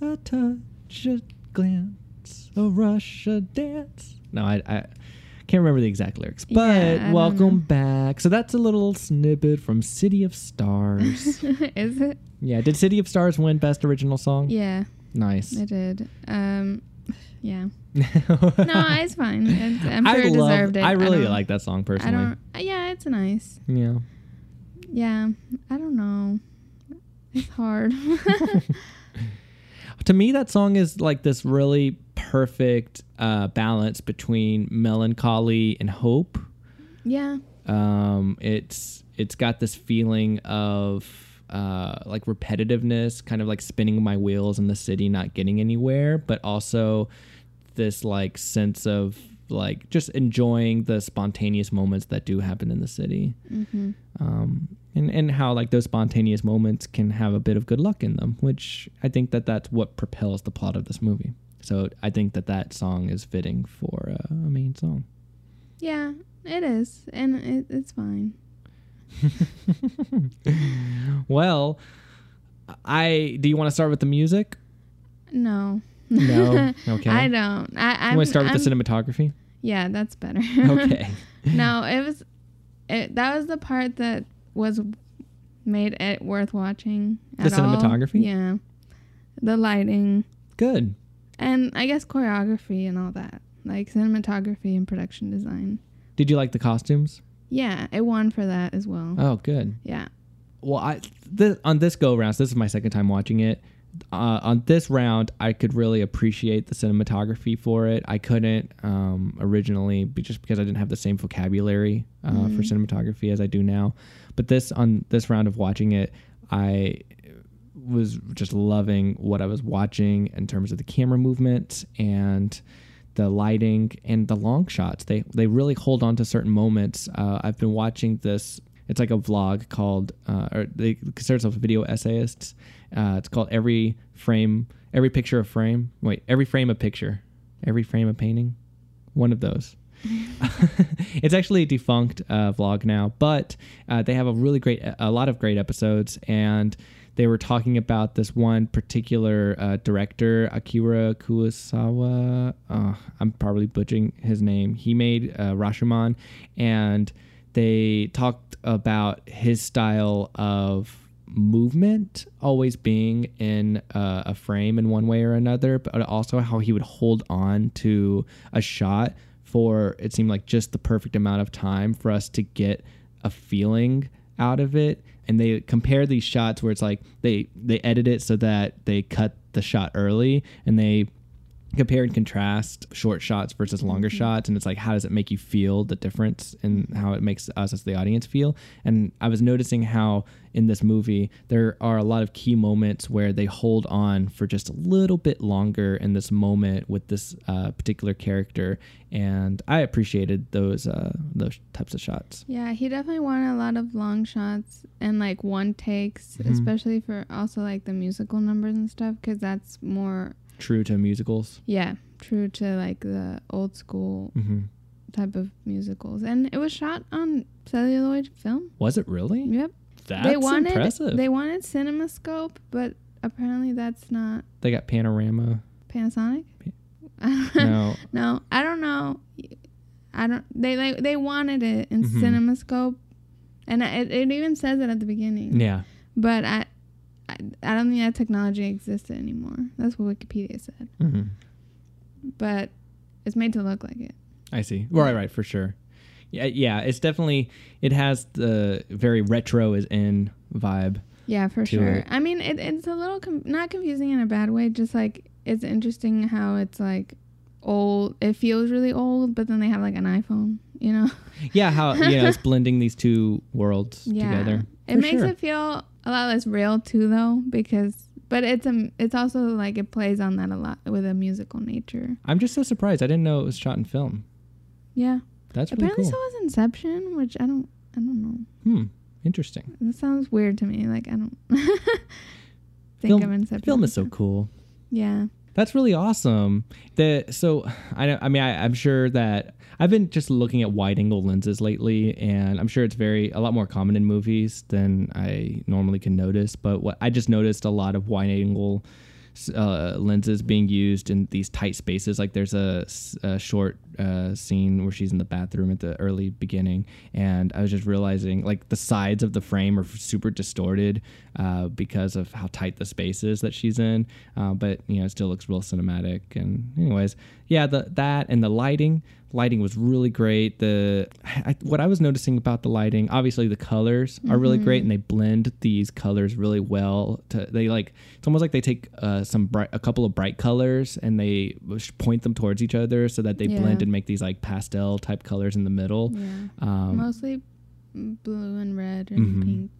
A touch, a glance, a rush, a dance. No, I, I can't remember the exact lyrics,
Yeah,
but
I don't
welcome
know.
back. So that's a little snippet from City of Stars.
[laughs] Is it?
yeah, did City of Stars win Best Original Song?
Yeah,
Nice.
it did. Um,
[laughs]
yeah.
no,
No, it's fine. It's, I'm sure
I
it
love-
deserved it.
I really
don't-
like that song
I
personally.
don't. uh, Yeah, it's nice.
Yeah.
Yeah, I don't know. It's hard. [laughs]
to me, that song is like this really perfect uh, balance between melancholy and hope.
yeah.
Um, it's it's got this feeling of uh, like repetitiveness, kind of like spinning my wheels in the city, not getting anywhere, but also this like sense of like just enjoying the spontaneous moments that do happen in the city.
hmm
um, and and how like those spontaneous moments can have a bit of good luck in them, which I think that that's what propels the plot of this movie. So I think that that song is fitting for uh, a main song.
Yeah, it is, and it, it's fine.
well, I do you want to start with the music?
No. [laughs]
[laughs] No? Okay.
I don't. I. I'm,
you want to start with
I'm-
the [laughs] cinematography?
Yeah, that's better.
Okay.
[laughs] no, it was. It, that was the part that was made it worth watching.
The
at all.
cinematography?
Yeah, the lighting
Good.
and I guess choreography and all that, like cinematography and production design.
Did you like the costumes?
Yeah, it won for that as well.
Oh, good.
yeah,
well i th- on this go round so this is my second time watching it uh, on this round i could really appreciate the cinematography for it i couldn't um, originally be- just because i didn't have the same vocabulary uh, for cinematography as i do now but this on this round of watching it i was just loving what i was watching in terms of the camera movement and the lighting and the long shots. They they really hold on to certain moments. Uh, I've been watching this. It's like a vlog called, uh, or they consider themselves video essayists. Uh, it's called Every Frame, Every Picture of Frame. Wait, Every Frame a Picture, Every Frame a Painting. One of those. [laughs] it's actually a defunct uh, vlog now, but uh, they have a really great, a lot of great episodes, and they were talking about this one particular uh, director, Akira Kurosawa. Uh, I'm probably butchering his name. He made uh, Rashomon, and they talked about his style of movement always being in uh, a frame in one way or another, but also how he would hold on to a shot for it seemed like just the perfect amount of time for us to get a feeling out of it and they compare these shots where it's like they they edit it so that they cut the shot early and they compare and contrast short shots versus longer
Mm-hmm.
shots and it's like how does it make you feel the difference and how it makes us as the audience feel and i was noticing how in this movie there are a lot of key moments where they hold on for just a little bit longer in this moment with this uh, particular character and i appreciated those uh, those types of shots
Yeah, he definitely wanted a lot of long shots and like one takes,
Mm-hmm.
especially for also like the musical numbers and stuff, because that's more
true to musicals
yeah true to like the old school
mm-hmm.
type of musicals. And it was shot on celluloid film.
was it really
Yep,
that's
they wanted
impressive
they wanted CinemaScope, but apparently that's not
they got
[laughs]
panorama
Panasonic.
no
No, I don't know. I don't. They like they wanted it in
Mhm.
CinemaScope, and it, it even says it at the beginning.
yeah
But I, I, I don't think that technology existed anymore. That's what Wikipedia said.
mm-hmm.
But it's made to look like it.
I see. Right, right, for sure. Yeah, yeah. It's definitely it has the very retro is in vibe.
Yeah, for
To
sure.
it.
I mean, it, it's a little com- not confusing in a bad way. Just like it's interesting how it's like old. It feels really old, but then they have like an iPhone. You know.
Yeah, how you
[laughs]
know it's blending these two worlds together.
It
For
makes
sure.
it feel a lot less real too, though, because but it's a it's also like it plays on that a lot with a musical nature.
I'm just so surprised. I didn't know it was shot in film.
Yeah,
That's really
apparently
cool.
so was Inception, which I don't I don't know.
Hmm. Interesting.
That sounds weird to me. Like I don't [laughs] think
Film-
of Inception.
Film is so cool.
yeah.
That's really awesome. That so I know- I mean I, I'm sure that I've been just looking at wide angle lenses lately, and I'm sure it's very a lot more common in movies than I normally can notice. But what I just noticed a lot of wide angle uh, lenses being used in these tight spaces. Like there's a, s- a short uh, scene where she's in the bathroom at the early beginning, and I was just realizing like the sides of the frame are super distorted uh, because of how tight the space is that she's in. Uh, but you know, it still looks real cinematic. And anyways, yeah, the that and the lighting. Lighting was really great. The I, what I was noticing about the lighting, obviously the colors are really great, and they blend these colors really well. To they like it's almost like they take uh, some bright, a couple of bright colors, and they sh- point them towards each other so that they
Yeah.
blend and make these like pastel type colors in the middle,
Yeah.
um,
Mostly blue and red and
Mhm.
pink.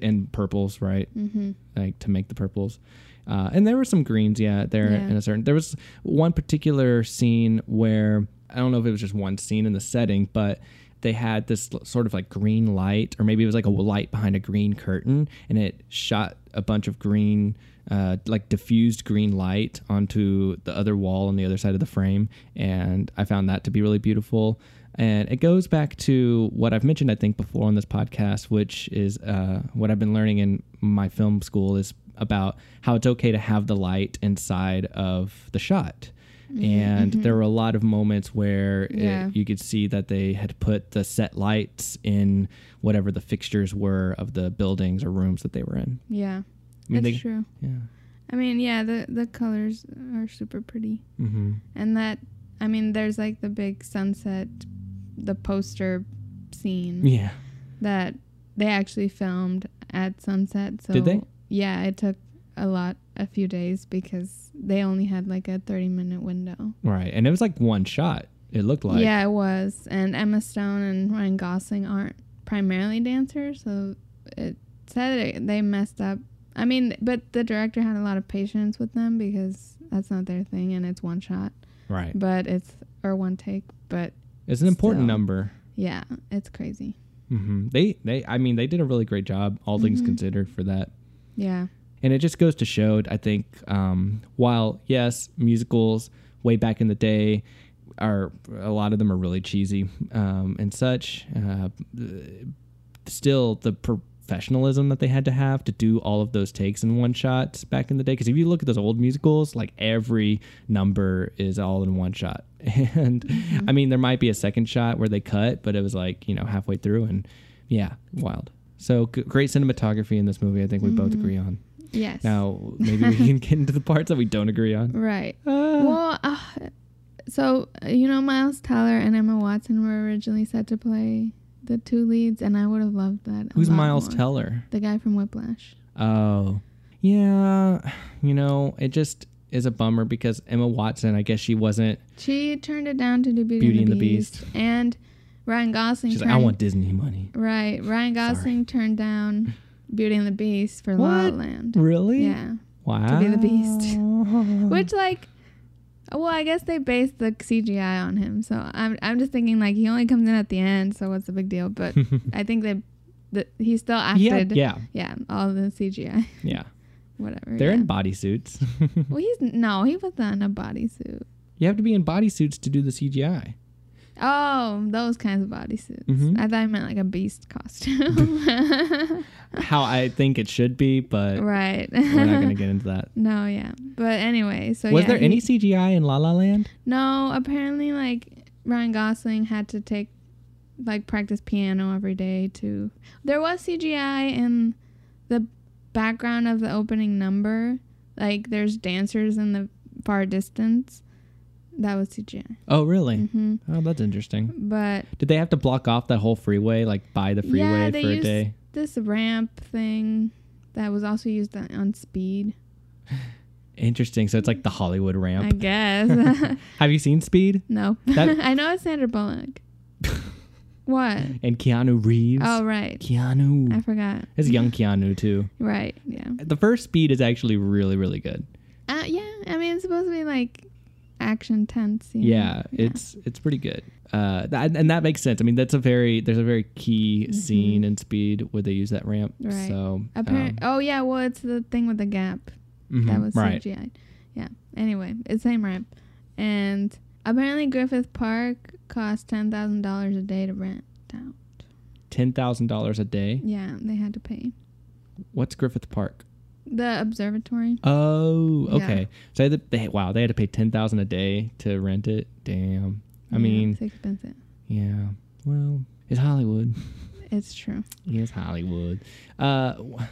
and purples, right?
Mm-hmm.
like to make the purples. Uh, and there were some greens, yeah, there
Yeah.
in a certain. There was one particular scene where I don't know if it was just one scene in the setting, but they had this l- sort of like green light, or maybe it was like a light behind a green curtain, and it shot a bunch of green, uh, like diffused green light onto the other wall on the other side of the frame, and I found that to be really beautiful. And it goes back to what I've mentioned, I think, before on this podcast, which is uh, what I've been learning in my film school is about how it's okay to have the light inside of the shot.
Mm-hmm.
And there were a lot of moments where it-
Yeah.
you could see that they had put the set lights in whatever the fixtures were of the buildings or rooms that they were in.
Yeah.
I mean,
That's
they-
true.
Yeah.
I mean, yeah, the the colors are super pretty.
Mm-hmm.
And that, I mean, there's like the big sunset, the poster scene
Yeah.
that they actually filmed at sunset. So
Did they?
Yeah, it took a lot, a few days because they only had like a 30 minute window.
Right. And it was like one shot, it looked like.
yeah, it was. And Emma Stone and Ryan Gosling aren't primarily dancers, so it said it, they messed up. I mean, but the director had a lot of patience with them because that's not their thing and it's one shot,
Right.
but it's or one take, but
It's an important
Still.
number.
Yeah, it's crazy.
hmm They, they, I mean, they did a really great job, all things
Mhm.
considered, for that.
Yeah.
And it just goes to show, I think, um, while yes, musicals way back in the day are a lot of them are really cheesy um, and such. Uh, still, the professionalism that they had to have to do all of those takes in one shots back in the day. Because if you look at those old musicals, like every number is all in one shot. [laughs] And I mean, there might be a second shot where they cut, but it was like you know halfway through, and yeah, wild. So g- great cinematography in this movie. I think we both agree on. [laughs]
Yes.
Now maybe we can get into the parts that we don't agree
[laughs]
on.
Right.
Ah.
Well, uh, so uh, you know, Miles Teller and Emma Watson were originally set to play the two leads, and I would have loved that. a
Who's
lot
Miles
more.
Teller?
The guy from Whiplash.
Oh, yeah. You know, it just is a bummer because Emma Watson, I guess she wasn't.
She turned it down to do Beauty,
Beauty
and, the Beast. and Ryan Gosling.
She's like,
turned,
I want Disney money.
right. Ryan Gosling
[laughs]
turned down Beauty and the Beast for La La
What?
Land.
Really?
Yeah,
Wow.
To Be the Beast.
Which
which like, well, I guess they based the CGI on him, so I'm I'm just thinking like he only comes in at the end, so what's the big
[laughs]
deal? But I think they, the, he still
yeah,
acted.
yeah,
Yeah, all the CGI,
yeah.
[laughs] whatever.
They're
yeah.
in bodysuits. [laughs]
Well, he's no, he was not in a bodysuit.
you have to be in bodysuits to do the CGI.
Oh, those kinds of bodysuits.
Mhm.
I thought I meant like a
[laughs]
beast costume. [laughs]
How I think it should be, but
right.
we're
[laughs]
not gonna get into that.
no, yeah. But anyway, so
Was
yeah,
there
he-
any CGI in La La Land?
No, apparently, like Ryan Gosling had to take, like, practice piano every day to. There was CGI in the background of the opening number. Like, there's dancers in the far distance. That was CGI.
Oh, really?
hmm
Oh, that's interesting.
But
Did they have to block off that whole freeway, like by the freeway
Yeah,
for
they
a
used-
day?
this ramp thing that was also used on, on speed.
Interesting. So it's like the Hollywood
I
ramp.
guess. [laughs]
Have you seen Speed
no.
That-
[laughs] I know it's Sandra Bullock. what?
and Keanu Reeves?
Oh, right. I
Keanu.
forgot.
It's young Keanu too.
Right. Yeah.
The first Speed is actually really, really good.
Uh, yeah. I mean, it's supposed to be like action tense. you know?
Yeah, it's it's pretty good. Uh, that, and that makes sense. I mean, that's a very there's a very key scene in Speed where they use that ramp.
Mm-hmm. Right.
So
Appar-
um,
oh, yeah. Well, it's the thing with the gap. That
mhm,
was
right.
CGI. Yeah. Anyway, it's same ramp. And apparently, Griffith Park cost $10,000 a day to rent out.
Ten thousand dollars a day.
Yeah. They had to pay.
What's Griffith Park?
The observatory.
Oh,
Yeah.
okay. So they, they wow, they had to pay ten thousand a day to rent it. Damn. I
Yeah,
mean,
it's expensive.
yeah. Well, it's Hollywood. [laughs]
It's true.
Yes, Hollywood. Uh, wh-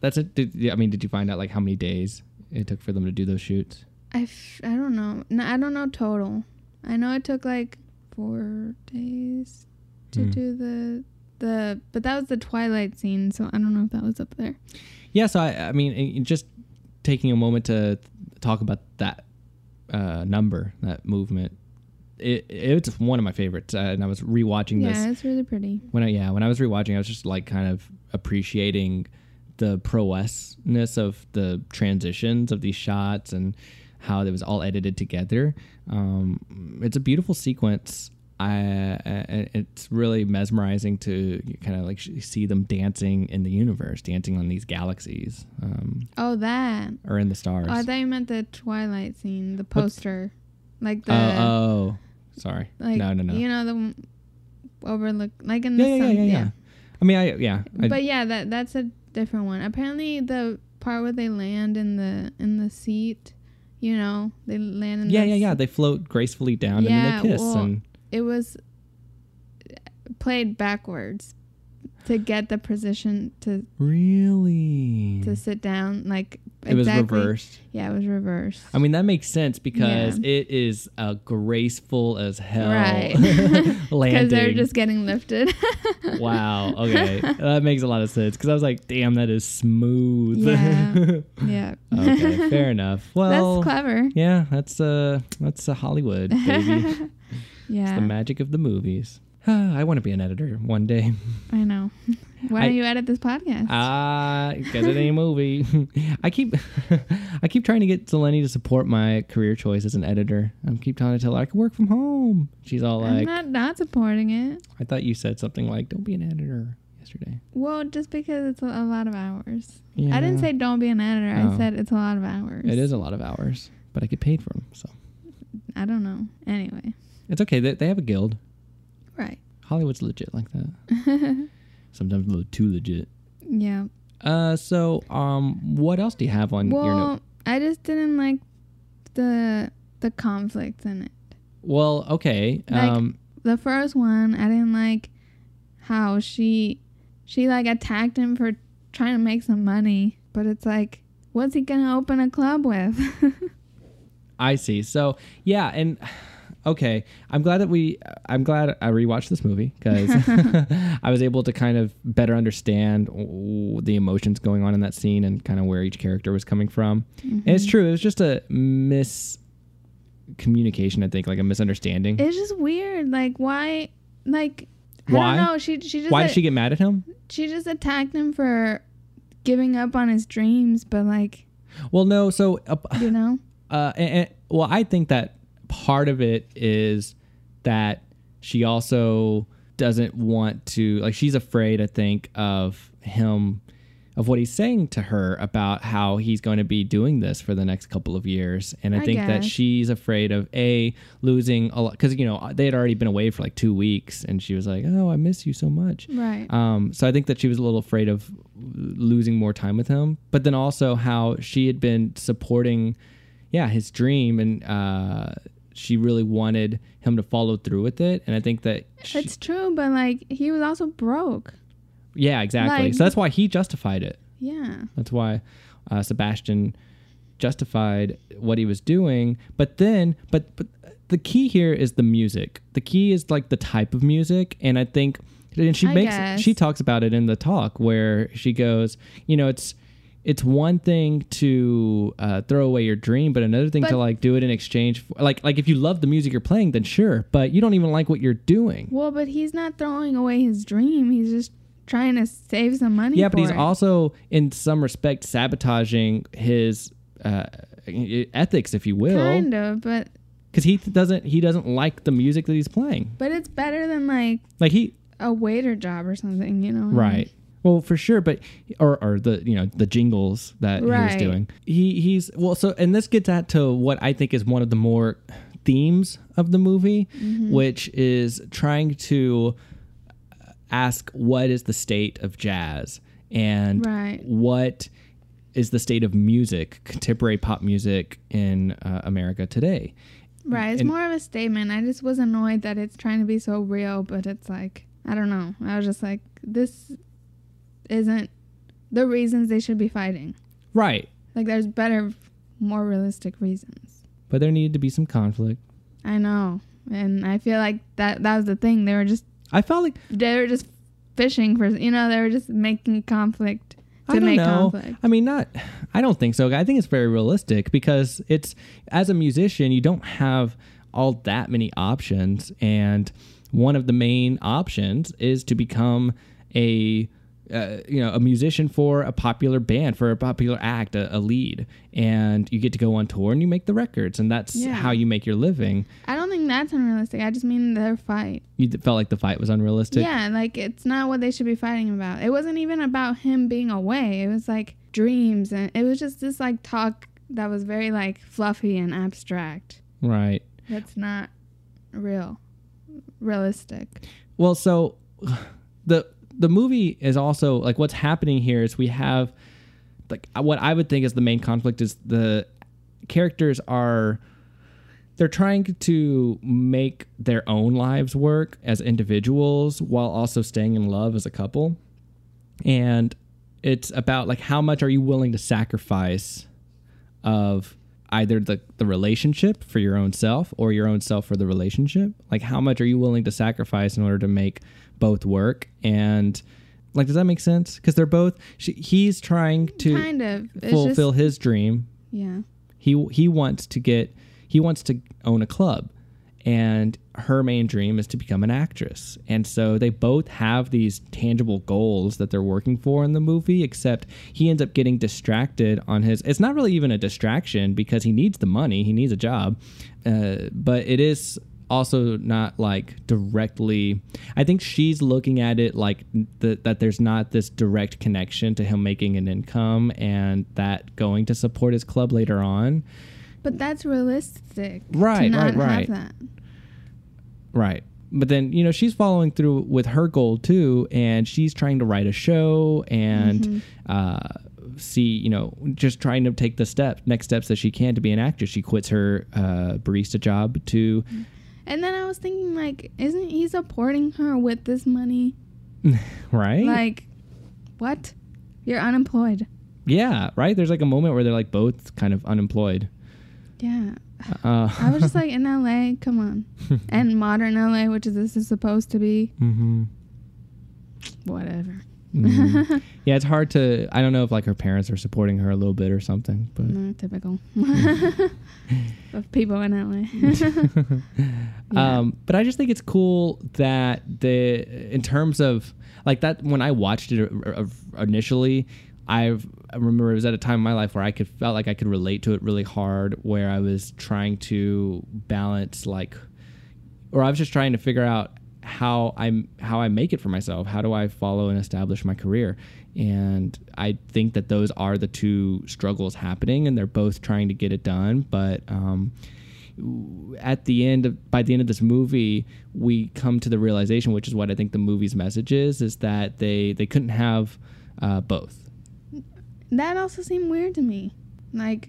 that's it. Did, I mean, did you find out like how many days it took for them to do those shoots?
I, f- I don't know. No, I don't know total. I know it took like four days to
Hmm.
do the the but that was the twilight scene so i don't know if that was up there
Yeah. So I, I mean, and- and just taking a moment to talk about that uh, number, that movement. It, it's one of my favorites, uh, and I was rewatching this
yeah it's really pretty
when I yeah when I was rewatching, I was just like kind of appreciating the prowessness of the transitions of these shots and how it was all edited together. Um, it's a beautiful sequence. I, I it's really mesmerizing to kind of like sh- see them dancing in the universe, dancing on these galaxies um,
oh that
or in the stars.
oh, i thought you meant the twilight scene the poster like the
oh, oh, sorry.
like
no, no, no.
you know the one overlook like in
yeah,
the
yeah, yeah,
sun
yeah, yeah. I mean, I yeah. I,
but yeah that that's a different one apparently the part where they land in the in the seat you know they land in
yeah,
the
yeah,
s-
yeah. They float gracefully down and then they
Yeah,
kiss
well,
and
it was played backwards to get the position to
Really?
to sit down like
Mm. it was reversed.
yeah it was reversed
I mean, that makes sense because it is uh, graceful as hell [laughs]
Right.
landing.
[laughs] because they're just getting lifted
[laughs]
[laughs]
wow. Okay, that makes a lot of sense because I was like, "Damn, that is smooth."
Yeah. yeah
[laughs] okay, fair enough. Uh, Well,
[laughs] that's clever
yeah, that's uh, that's uh, Hollywood,
[laughs]
baby. It's the
yeah
magic of the movies. [sighs] I want to be an editor one day.
i know [laughs] why
I-
don't you edit this podcast
Ah, because it ain't a movie. [laughs] I keep, I keep trying to get Zeleny to support my career choice as an editor. I keep trying to tell her I can work from home. She's all
i'm
like,
not not supporting it
"I thought you said something like, don't be an editor." Yesterday,
well just because it's a, a lot of hours
yeah,
i didn't say don't be an editor
Oh.
i said it's a lot of hours
it is a lot of hours, but I get paid for them, so
i don't know anyway
it's okay. They, they have a guild.
right [laughs]
Hollywood's legit like that. Sometimes a little too legit.
yeah
Uh, so um, what else do you have on
well,
your note?
I just didn't like the the conflicts in it.
Well, okay.
Like-
um,
The first one, I didn't like how she she like attacked him for trying to make some money, but it's like what's he gonna open a club with?
I see. So yeah, and okay, I'm glad that we. I'm glad I rewatched this movie because [laughs] I was able to kind of better understand w- the emotions going on in that scene and kind of where each character was coming from. And it's true. It was just a miscommunication, I think, like a misunderstanding.
[laughs] It's just weird. Like why? Like
Why?
I don't know. She she just
Why
a-
did she get mad at him?
she just attacked him for giving up on his dreams, but like
Well, no. So uh,
you know,
Uh, and, and- well, I think that part of it is that she also doesn't want to, like, she's afraid, I think, of him, of what he's saying to her about how he's going to be doing this for the next couple of years. And I,
I
think that
guess.
she's afraid of A, losing a lot, because, you know, they had already been away for like two weeks, and she was like, oh, I miss you so much.
right?
Um, so I think that she was a little afraid of losing more time with him, but then also how she had been supporting, yeah, his dream, and uh, she really wanted him to follow through with it. And I think that, she-
it's true, but like he was also broke.
yeah, exactly.
like-
so that's why he justified it.
Yeah.
That's why uh, Sebastian justified what he was doing. But then, but, but the key here is the music. The key is like the type of music, and I think, and she
I
makes
guess.
she talks about it in the talk where she goes, you know, it's it's one thing to uh, throw away your dream, but another thing to
But-
like do it in exchange for like like if you love the music you're playing, then sure, but you don't even like what you're doing.
Well, but he's not throwing away his dream. He's just trying to save some money.
Yeah, but
for
he's
it.
also, in some respect, sabotaging his uh, ethics, if you will,
kind of, but
because he th- doesn't he doesn't like the music that he's playing.
but it's better than like
Like he
a waiter job or something, you know?
right. Well, for sure, but or, or the you know the jingles that he
Right.
was doing. He he's well. So and this gets at to what I think is one of the more themes of the movie,
Mm-hmm.
which is trying to uh, ask what is the state of jazz and
Right.
what is the state of music, contemporary pop music in uh, America today.
Right. It's
And-
more of a statement. I just was annoyed that it's trying to be so real, but it's like I don't know. I was just like, this isn't the reasons they should be fighting.
Right.
Like there's better, more realistic reasons.
But there needed to be some conflict.
I know, and I feel like that that was the thing. They were just
I felt like
they were just fishing for you know they were just making conflict to
I don't
make
know.
conflict.
I mean, not. I don't think so. I think it's very realistic because it's as a musician, you don't have all that many options, and one of the main options is to become a uh, you know a musician for a popular band for a popular act a, a lead and you get to go on tour and you make the records and that's
Yeah.
how you make your living
I don't think that's unrealistic. I just mean their fight.
you d- felt like the fight was unrealistic
yeah, like it's not what they should be fighting about. It wasn't even about him being away. It was like dreams, and it was just this like talk that was very like fluffy and abstract.
right
That's not real, realistic.
Well, so the the movie is also like what's happening here is we have like what I would think is the main conflict is the characters are they're trying to make their own lives work as individuals while also staying in love as a couple. And it's about like how much are you willing to sacrifice of either the, the relationship for your own self or your own self for the relationship like how much are you willing to sacrifice in order to make both work and like does that make sense because they're both she, he's trying to
kind of. It's
fulfill
Just,
his dream
yeah.
he he wants to get he wants to own a club and her main dream is to become an actress and so they both have these tangible goals that they're working for in the movie except he ends up getting distracted on his it's not really even a distraction because he needs the money he needs a job uh, but it is also not like directly i think she's looking at it like the, that there's not this direct connection to him making an income and that going to support his club later on
But that's realistic.
Right,
To not
right, right.
Have that.
right but then you know she's following through with her goal too and she's trying to write a show and uh, see you know just trying to take the step next steps that she can to be an actress she quits her uh, barista job to
And then I was thinking, like, isn't he supporting her with this money?
right
Like, what? You're unemployed.
yeah right there's like a moment where they're like both kind of unemployed
Yeah.
Uh,
I
[laughs]
was just like in LA, come on. And modern LA, which is this is supposed to be. [laughs]
hmm
Whatever.
Mhm. Yeah, it's hard to. I don't know if like her parents are supporting her a little bit or something, but
[laughs] Not typical of people in
[laughs]
LA. [laughs] Yeah.
um, but I just think it's cool that the in terms of like that when I watched it or- or- initially, I've, I remember it was at a time in my life where I could felt like I could relate to it really hard, where I was trying to balance like, or I was just trying to figure out how I'm how I make it for myself. How do I follow and establish my career? And I think that those are the two struggles happening, and they're both trying to get it done, but. Um, at the end of by the end of this movie we come to the realization which is what i think the movie's message is is that they they couldn't have uh, both
that also seemed weird to me. Like,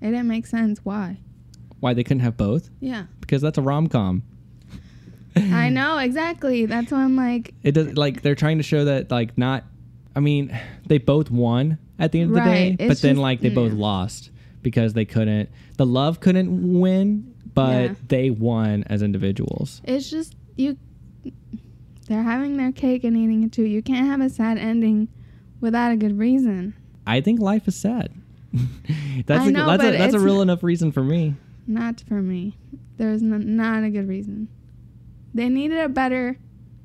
it didn't make sense. Why?
why they couldn't have both
Yeah.
because that's a rom-com
I know, exactly. That's why I'm like,
it does like they're trying to show that like not i mean they both won at the end of the day
Right,
but
it's
then
just-
like they both
yeah.
lost because they couldn't the love couldn't win but
Yeah.
they won as individuals
it's just, you. They're having their cake and eating it too. You can't have a sad ending without a good reason.
i think life is sad [laughs] that's,
I
a,
know,
that's, a,
but
that's a
it's-
real enough reason for me
Not for me. There's n- not a good reason. They needed a better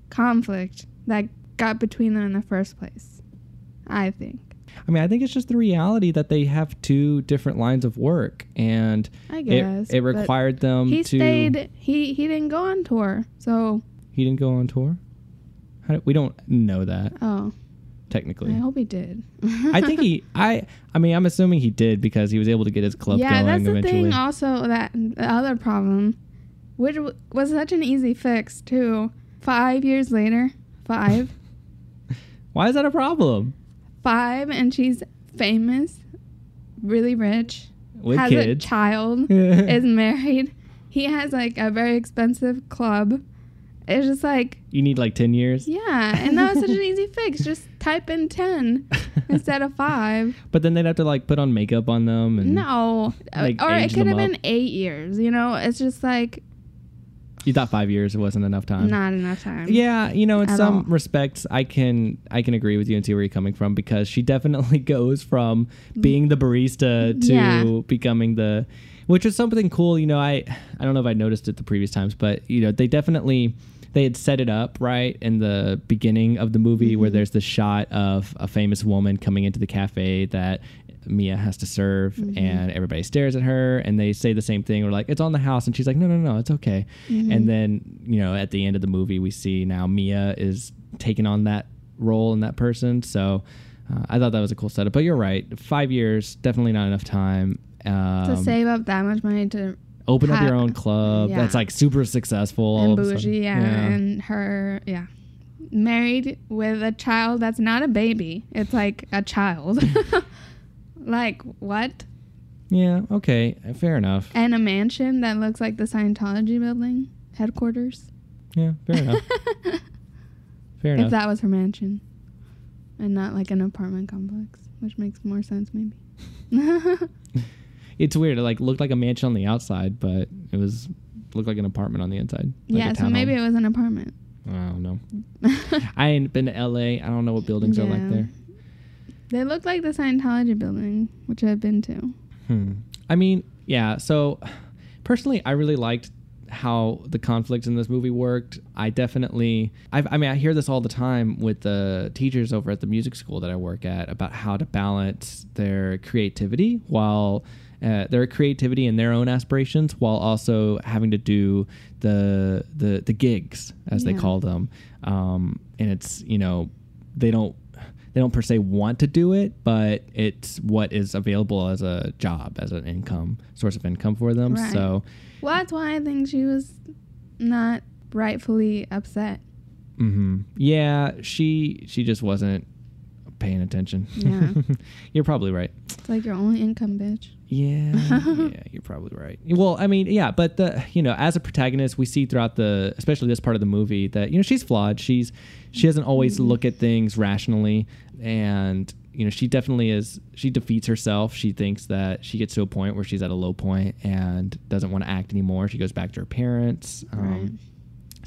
conflict that got between them in the first place. I think.
I mean, I think it's just the reality that they have two different lines of work, and
I guess.
it, it
but
required them
He
to.
stayed. He he didn't go on tour. So
He didn't go on tour. How do, we don't know that
oh,
technically.
I hope he did.
I think he. I. I mean, I'm assuming he did because he was able to get his club
yeah,
going
that's the
eventually.
thing. Also, that the other problem, which w- was such an easy fix too. Five years later,
[laughs]
five,
Why is that a problem?
five, and she's famous, really rich.
With
has
kids, [laughs]
a child, is married. He has like a very expensive club. It's just like,
you need like ten
[laughs]
years.
yeah, and that was
[laughs]
such an easy fix. Just type in 10 instead of 5.
but then they'd have to like put on makeup on them [laughs] and
No.
Like,
or
age
it could
them
have
up.
been 8 years, you know? It's just like
you thought five years wasn't enough time.
not enough time.
Yeah, you know, in
At
some
all.
respects, I can I can agree with you and see where you're coming from because she [laughs] definitely goes from being the barista to
Yeah.
becoming the, which is something cool. You know, I I don't know if I noticed it the previous times, but you know, they definitely they had set it up right in the beginning of the movie where there's the shot of a famous woman coming into the cafe that. Mia has to serve, and everybody stares at her, and they say the same thing. We're like, "It's on the house," and she's like, "No, no, no, it's okay." And then, you know, at the end of the movie, we see now Mia is taking on that role and that person. So uh, I thought that was a cool setup. But you're right, five years definitely not enough time. Um,
To save up that much money to
open up
ha-
your own club
yeah.
that's like super successful. all
and
of a sudden.
bougie, yeah, and her, yeah. Married with a child that's not a baby. It's like a child. [laughs] like, what?
yeah, okay, fair enough.
and a mansion that looks like the Scientology building headquarters.
Yeah, fair enough.
[laughs]
Fair
if
enough.
that was her mansion and not like an apartment complex, which makes more sense maybe. [laughs]
it's weird. It like looked like a mansion on the outside, but it was looked like an apartment on the inside. like a
yeah, so
townhome.
maybe it was an apartment.
I don't know. I ain't been to LA. I don't know what buildings are like
[laughs] Yeah.
there.
They look like the Scientology building, which I've been to.
Hmm. I mean, yeah. So, personally, I really liked how the conflict in this movie worked. I definitely, I've, I mean, I hear this all the time with the teachers over at the music school that I work at about how to balance their creativity while. Uh, their creativity and their own aspirations, while also having to do the the the gigs, as they
Yeah.
call them, um, and it's you know they don't they don't per se want to do it, but it's what is available as a job, as an income source of income for them.
Right.
So,
Well, that's why I think she was not rightfully upset.
hmm yeah, she she just wasn't paying attention.
Yeah.
[laughs] you're probably right.
It's like your only income, bitch.
Yeah, yeah, you're probably right. Well, I mean, yeah, but the you know, as a protagonist, we see throughout the especially this part of the movie that you know she's flawed. She's she doesn't always look at things rationally, and you know, she definitely is. She defeats herself. She thinks that she gets to a point where she's at a low point and doesn't want to act anymore. She goes back to her parents. Um,
Right.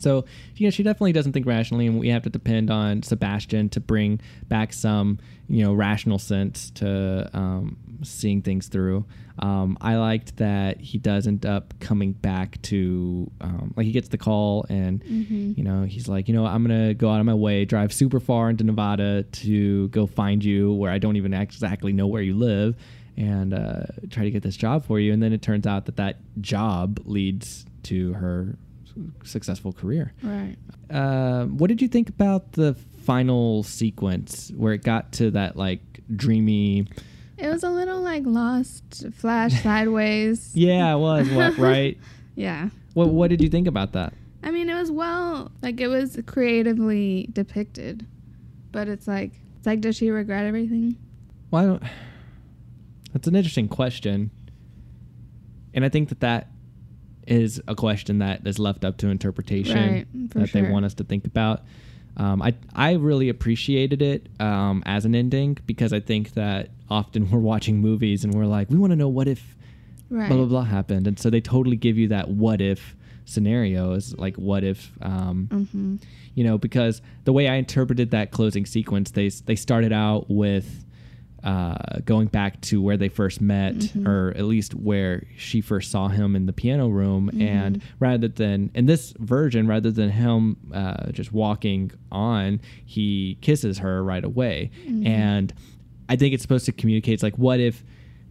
So, you know, she definitely doesn't think rationally, and we have to depend on Sebastian to bring back some, you know, rational sense to um, seeing things through. Um, I liked that he does end up coming back to, um, like, he gets the call, and,
Mhm.
you know, he's like, you know, I'm going to go out of my way, drive super far into Nevada to go find you where I don't even exactly know where you live and uh, try to get this job for you. And then it turns out that that job leads to her successful career.
Right.
Uh, what did you think about the final sequence where it got to that like dreamy?
It was a little like lost,
[laughs]
flash sideways.
Yeah, it was
[laughs]
what, right.
Yeah.
What What did you think about that?
I mean, it was well, like it was creatively depicted, but it's like, it's like, does she regret everything?
Well, I don't. That's an interesting question, and I think that that is a question that is left up to interpretation
Right, for
that they
sure.
want us to think about. Um, I I really appreciated it um, as an ending because I think that often [laughs] we're watching movies and we're like, we want to know what if
Right.
blah blah blah happened, and so they totally give you that what if scenario is like what if um,
Mm-hmm.
you know because the way I interpreted that closing sequence, they s- they started out with uh, going back to where they first met, or at least where she first saw him in the piano room, and rather than in this version, rather than him uh, just walking on, he kisses her right away, and I think it's supposed to communicate it's like what if.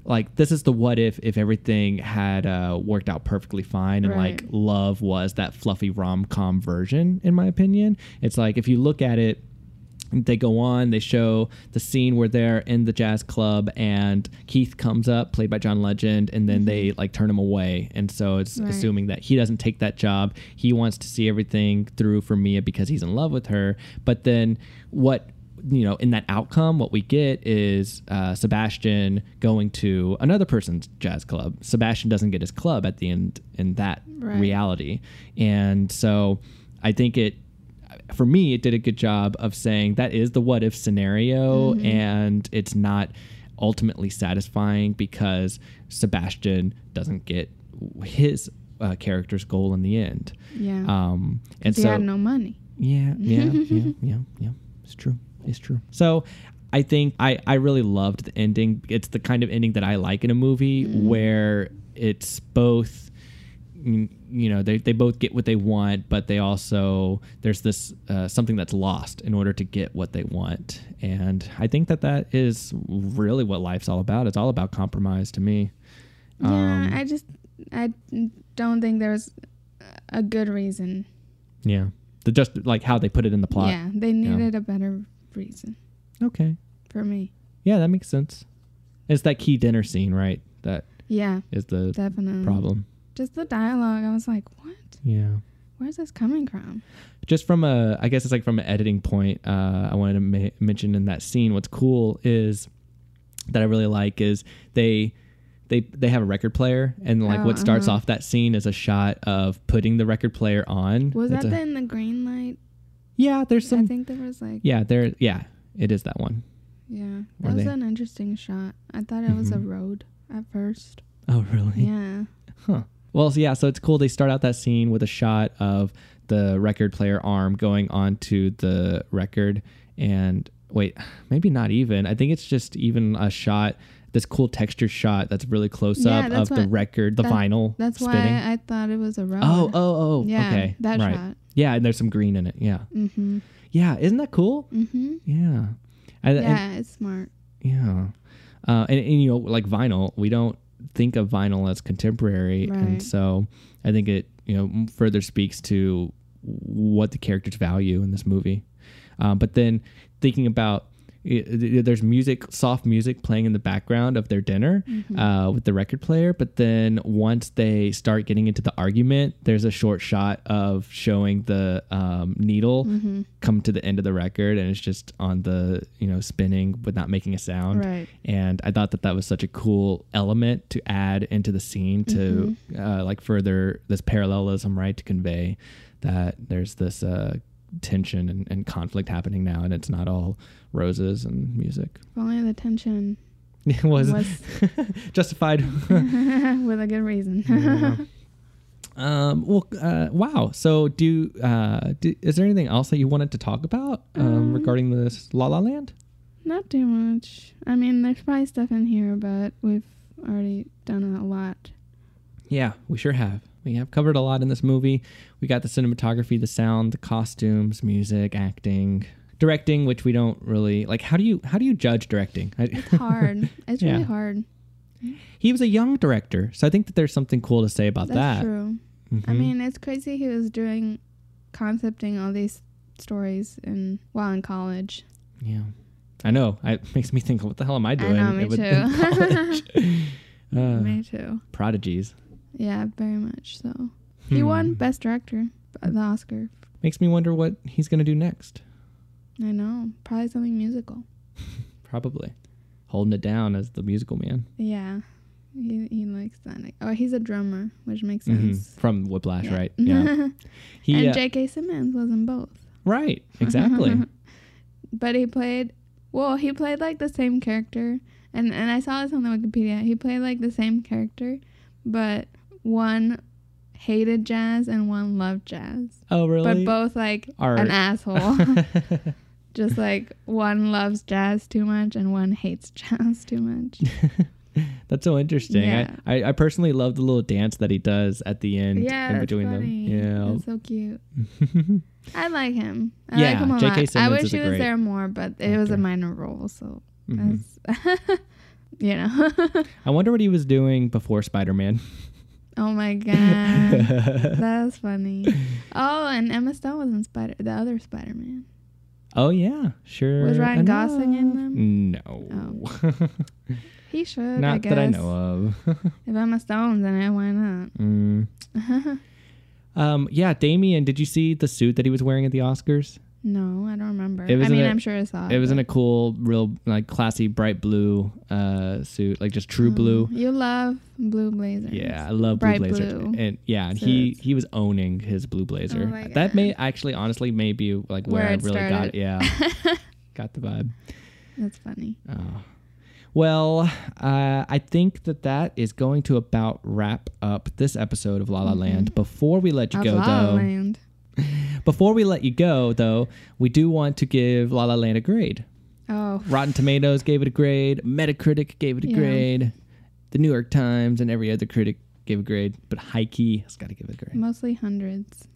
Like this is the what if if everything had uh, worked out perfectly fine and
Right.
like love was that fluffy rom com version, in my opinion. It's like if you look at it, they go on, they show the scene where they're in the jazz club and Keith comes up, played by John Legend, and then they like turn him away. And so it's
Mm-hmm. Right.
assuming that he doesn't take that job. He wants to see everything through for Mia because he's in love with her. But then what you know, in that outcome, what we get is uh, Sebastian going to another person's jazz club. Sebastian doesn't get his club at the end in that
Right.
reality. And so I think it, for me, it did a good job of saying that is the what if scenario and it's not ultimately satisfying because Sebastian doesn't get his uh, character's goal in the end.
Yeah.
Um, and
she
so
had no money.
yeah, yeah, yeah, yeah, yeah. It's true. It's true. So I think I, I really loved the ending. It's the kind of ending that I like in a movie where it's both mm, you know they, they both get what they want but they also there's this uh, something that's lost in order to get what they want and i think that that is really what life's all about it's all about compromise to me Um,
yeah. I just, I don't think there was a good reason.
yeah the just like how they put it in the plot
Yeah. They needed a better reason
okay
for me.
Yeah, that makes sense. It's that key dinner scene, right? That
Yeah.
is the
Definitely.
problem.
Just the dialogue. I was like, what?
Yeah.
Where's this coming from?
Just from a, I guess it's like from an editing point. Uh, I wanted to ma- mention in that scene. What's cool is that I really like is they. They, they have a record player and like
Oh,
what starts
uh-huh.
off that scene is a shot of putting the record player on.
Was
It's
that
a-
then the green light?
yeah? There's
I
some
think there was like,
yeah there yeah it is that one. Were
yeah. That was
they- Mm-hmm.
an interesting shot. I thought it was a road at first.
Oh really?
Yeah.
Huh. Well, so yeah, so it's cool. They start out that scene with a shot of the record player arm going onto the record. And wait, [sighs] maybe not even. I think it's just even a shot, this cool texture shot that's really close
Yeah,
up of
that's
the
what-
record, the
that-
vinyl
That's
spinning.
why I thought it was a road.
oh, oh, oh.
yeah.
okay.
That
right.
shot.
Yeah, and there's some green in it. Yeah.
Mm-hmm.
Yeah, isn't that cool?
Mm-hmm.
Yeah. And- and-
yeah, it's smart.
Yeah. Uh, and, and, you know, like vinyl, we don't think of vinyl as contemporary. And
Right.
so I think it, you know, m- further speaks to what the characters value in this movie. Um, but then thinking about i- i- there's music, soft music playing in the background of their dinner uh, with the record player. But then once they start getting into the argument, there's a short shot of showing the um, needle come to the end of the record, and it's just on the you know spinning but not making a sound.
Right.
And I thought that that was such a cool element to add into the scene to uh, like further this parallelism, right? To convey that there's this uh, tension and, and conflict happening now, and it's not all roses and music.
If only the tension
[laughs] It was
was
justified. [laughs]
[laughs] with a
[laughs]
good reason.
Um, well, uh, wow. So, do, uh, do is there anything else that you wanted to talk about um,
Um,
regarding this La La Land?
Not too much. I mean, there's probably stuff in here, but we've already done a lot.
Yeah, we sure have. We have covered a lot in this movie. We got the cinematography, the sound, the costumes, music, acting, directing, which we don't really like. How do you how do you judge directing? I,
It's hard. It's
Yeah.
really hard.
he was a young director, so I think that there's something cool to say about
That's
that.
true. I
Mhm.
mean, it's crazy he was doing concepting all these stories in while in college.
yeah, I know. I, it makes me think, what the hell am I doing?
know, me
with-
too.
in
[laughs]
college? [laughs] Uh,
Me too.
prodigies Hmm.
Yeah, very much so. He won Best Director, the Oscar.
makes me wonder what he's gonna do next.
I know. Probably something musical.
Probably holding it down as the musical man
Yeah. He, he likes that. Oh, he's a drummer, which makes
Mhm.
sense.
from Whiplash,
[laughs]
right? Yeah, he
and
uh,
J.K. Simmons was in both.
right
[laughs]
exactly.
but he played, well, he played like the same character. And, and I saw this on the Wikipedia. He played like the same character, but one hated jazz and one loved jazz.
oh really?
But both like
Art. [laughs]
an asshole. [laughs] Just like one loves jazz too much and one hates [laughs] jazz too much.
That's so interesting.
Yeah.
I, I, I personally love the little dance that he does at the end
yeah,
in
that's
between
funny.
them. [laughs]
That's so cute.
Yeah.
I like him. I
Yeah,
like him a
J.K.
lot. I
Simmons
wish
is a
he was
great
there more, but it was a
actor.
minor role, so
Mhm.
that's [laughs] you know. [laughs]
I wonder what he was doing before Spider Man.
oh my god, that's funny. Oh, and Emma Stone was in Spider, the other Spider Man.
[laughs] oh, yeah. Sure.
Was Ryan
enough.
Gosling in them?
No.
Oh.
[laughs]
He should, I
Not
guess.
that I know of. [laughs]
If Emma Stone's in it, why not?
Mm. Um, yeah, Damien, did you see the suit that he was wearing at the Oscars?
[laughs] no, I don't remember.
It was
I
in
mean,
a-
i I'm sure I saw it.
It was in
but-
a cool, real, like classy, bright blue uh, suit, like just true
Oh,
blue.
You love blue blazers.
Yeah, I love
Bright
blue blazers.
blue.
And yeah, and he
Suits.
he was owning his blue blazer.
Oh my
that may actually honestly maybe like where,
Where
I
it
really got
started. [laughs]
yeah. got the vibe.
That's funny.
Oh. Well, uh, I think that that is going to about wrap up this episode of La La
Mm-hmm.
Land. Before we let you
Of
go,
La La
though,
Land.
before we let you go, though, we do want to give La La Land a grade.
Oh,
Rotten Tomatoes gave it a grade. Metacritic gave it a
Yeah.
grade. The New York Times and every other critic gave a grade, but Heike has got to give it a grade.
mostly hundreds.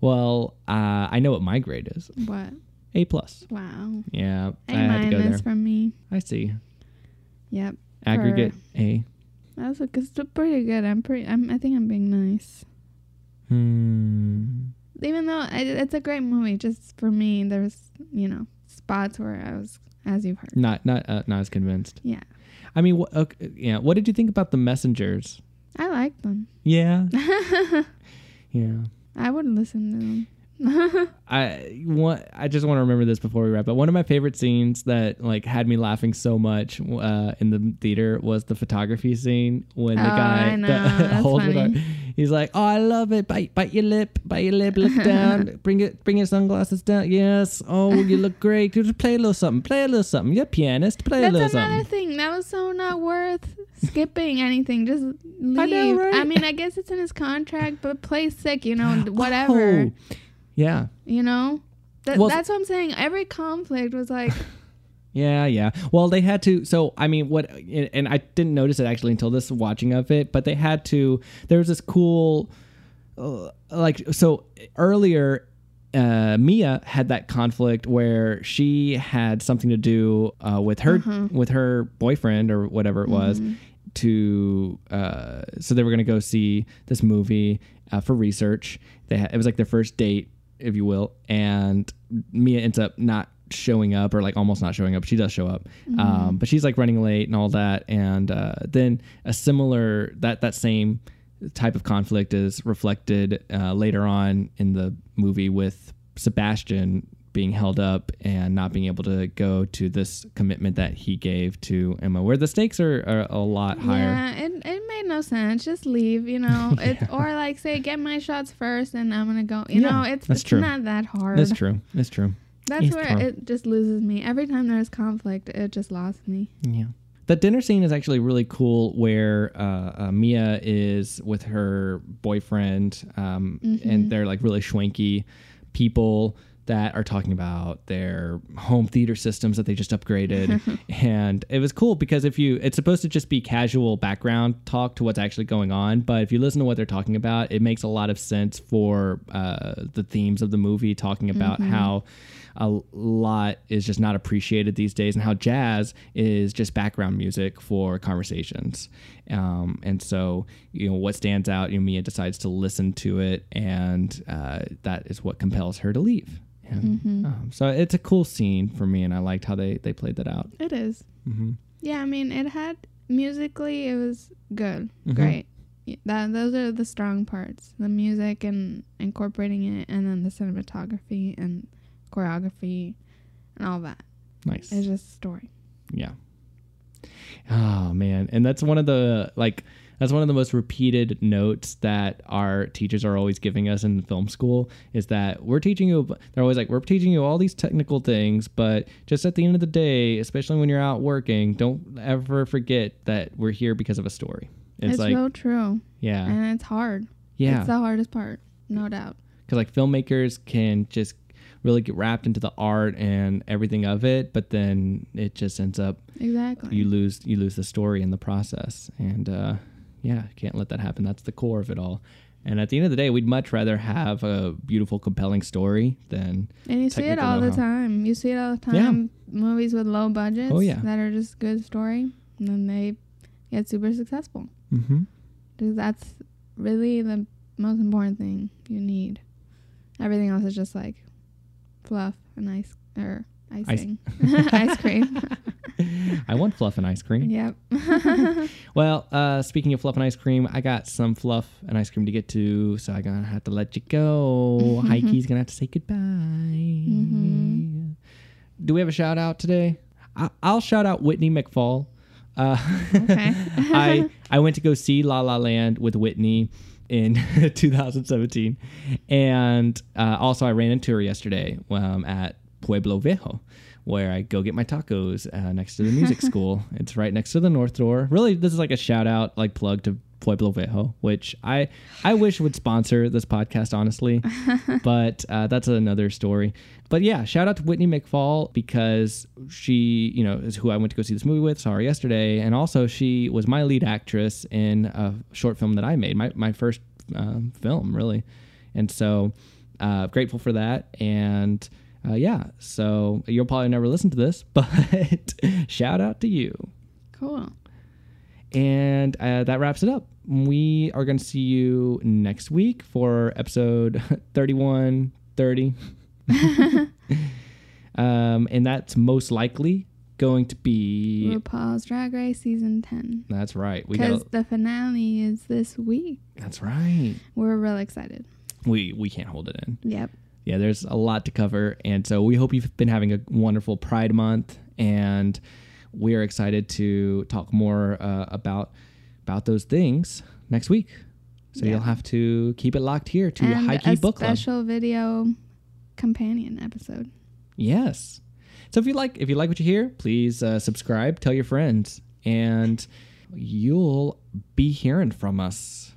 Well, uh, I know what my grade is.
What?
A plus.
Wow.
Yeah, I
A
had to go there.
minus from me.
I see.
Yep.
Aggregate A.
That was like, it's pretty good. I'm pretty. I'm, I think I'm being nice.
Hmm.
Even though I, it's a great movie, just for me, there was you know spots where I was, as you've heard.
Not not uh, not as convinced.
Yeah,
I mean, wh- okay, yeah. What did you think about the messengers?
I like them. [laughs]
Yeah, yeah.
I would listen to them. [laughs]
I want. I just want to remember this before we wrap up. One of my favorite scenes that like had me laughing so much uh, in the theater was the photography scene when the
Oh,
guy [laughs]
I know.
that
That's
holds it.
funny.
up, He's like, "Oh, I love it. Bite, bite your lip. Bite your lip. Look
[laughs]
down. bring it. Bring your sunglasses down. Yes. Oh, you look great. Just play a little something. Play a little something. You're a pianist. Play a
That's
little
another
something.
thing. That was so not worth skipping anything. Just leave.
I know, right?
mean, I guess it's in his contract, but play sick.
[gasps]
You know, whatever.
Oh. Yeah.
You know. That,
Well,
that's what I'm saying. Every conflict was like,
Yeah, yeah. Well, they had to. So, I mean, what? And and I didn't notice it actually until this watching of it. But they had to. There was this cool, uh, like, so earlier, uh, Mia had that conflict where she had something to do uh, with her with her boyfriend or whatever it was. To uh, so they were gonna go see this movie uh, for research. They had, it was like their first date, if you will, and Mia ends up not showing up or like almost not showing up. She does show up, um, but she's like running late and all that. And uh, then a similar that that same type of conflict is reflected uh, later on in the movie with Sebastian being held up and not being able to go to this commitment that he gave to Emma, where the stakes are, are a lot [laughs] higher.
Yeah, it, it made no sense. Just leave, you know.
[laughs]
It's or like say, get my shots first, and I'm gonna go. You
Yeah,
know, it's
that's
it's
true.
not that hard.
That's true. That's true.
That's
It's
where
true.
it just loses me. Every time there's conflict, it just lost me.
Yeah. The dinner scene is actually really cool where uh, uh, Mia is with her boyfriend um, and they're like really schwanky people that are talking about their home theater systems that they just upgraded and it was cool because if you it's supposed to just be casual background talk to what's actually going on but if you listen to what they're talking about it makes a lot of sense for uh, the themes of the movie talking about how a lot is just not appreciated these days, and how jazz is just background music for conversations. Um, and so, you know, what stands out, you know, Mia decides to listen to it, and uh, that is what compels her to leave. And, um, so it's a cool scene for me, and I liked how they they played that out.
It is.
Mm-hmm.
Yeah, I mean, it had musically, it was good,
Mm-hmm.
great. Y- That those are the strong parts: the music and incorporating it, and then the cinematography and choreography, and all that.
Nice.
It's just a story.
Yeah. Oh man, and that's one of the like that's one of the most repeated notes that our teachers are always giving us in film school is that we're teaching you they're always like we're teaching you all these technical things, but just at the end of the day, especially when you're out working, don't ever forget that we're here because of a story. It's,
It's,
like
real true,
yeah.
and it's hard.
Yeah.
it's the hardest part, no doubt.
because like filmmakers can just really get wrapped into the art and everything of it, but then it just ends up
Exactly.
you lose you lose the story in the process and uh yeah can't let that happen that's the core of it all and at the end of the day we'd much rather have a beautiful compelling story than
and you see it
technical
all the
know-how.
time. You see it all the
Yeah.
time. Movies with low budgets
Oh, yeah.
that are just good story, and then they get super successful.
mm-hmm.
Because that's really the most important thing you need. Everything else is just like fluff and ice or icing, [laughs] ice,
[laughs]
cream.
i want fluff and ice cream
yep. [laughs]
well uh speaking of fluff and ice cream i got some fluff and ice cream to get to so i'm gonna have to let you go heike's gonna have to say goodbye do we have a shout out today Mm-hmm. I- i'll shout out whitney mcfall uh
Okay.
[laughs] I I went to go see La La Land with Whitney in [laughs] 2017, and uh, also I ran into her yesterday um, at Pueblo Viejo, where I go get my tacos uh, next to the music school. It's right next to the North Door. Really, this is like a shout out, like plug to Pueblo Viejo, which I I wish would sponsor this podcast, honestly. but uh, that's another story. But yeah, shout out to Whitney McFall because she, you know, is who I went to go see this movie with. Saw her yesterday, and also she was my lead actress in a short film that I made, my my first um, film, really. And so, uh, grateful for that. And uh, yeah, so you'll probably never listen to this, [laughs] but shout out to you.
cool.
And uh, that wraps it up. We are going to see you next week for episode [laughs] 31, 30. um, and that's most likely going to be.
RuPaul's Drag Race season 10.
That's right. We
Mm. Because
got.
the finale is this week.
That's right.
We're real excited.
We we can't hold it in.
Yep.
Yeah, there's a lot to cover, and so we hope you've been having a wonderful Pride Month, and we're excited to talk more uh, about about those things next week. So
Yeah.
you'll have to keep it locked here to
and
High Key
a
Book Club.
special video companion episode.
Yes. So if you like if you like what you hear, please uh, subscribe, tell your friends, and you'll be hearing from us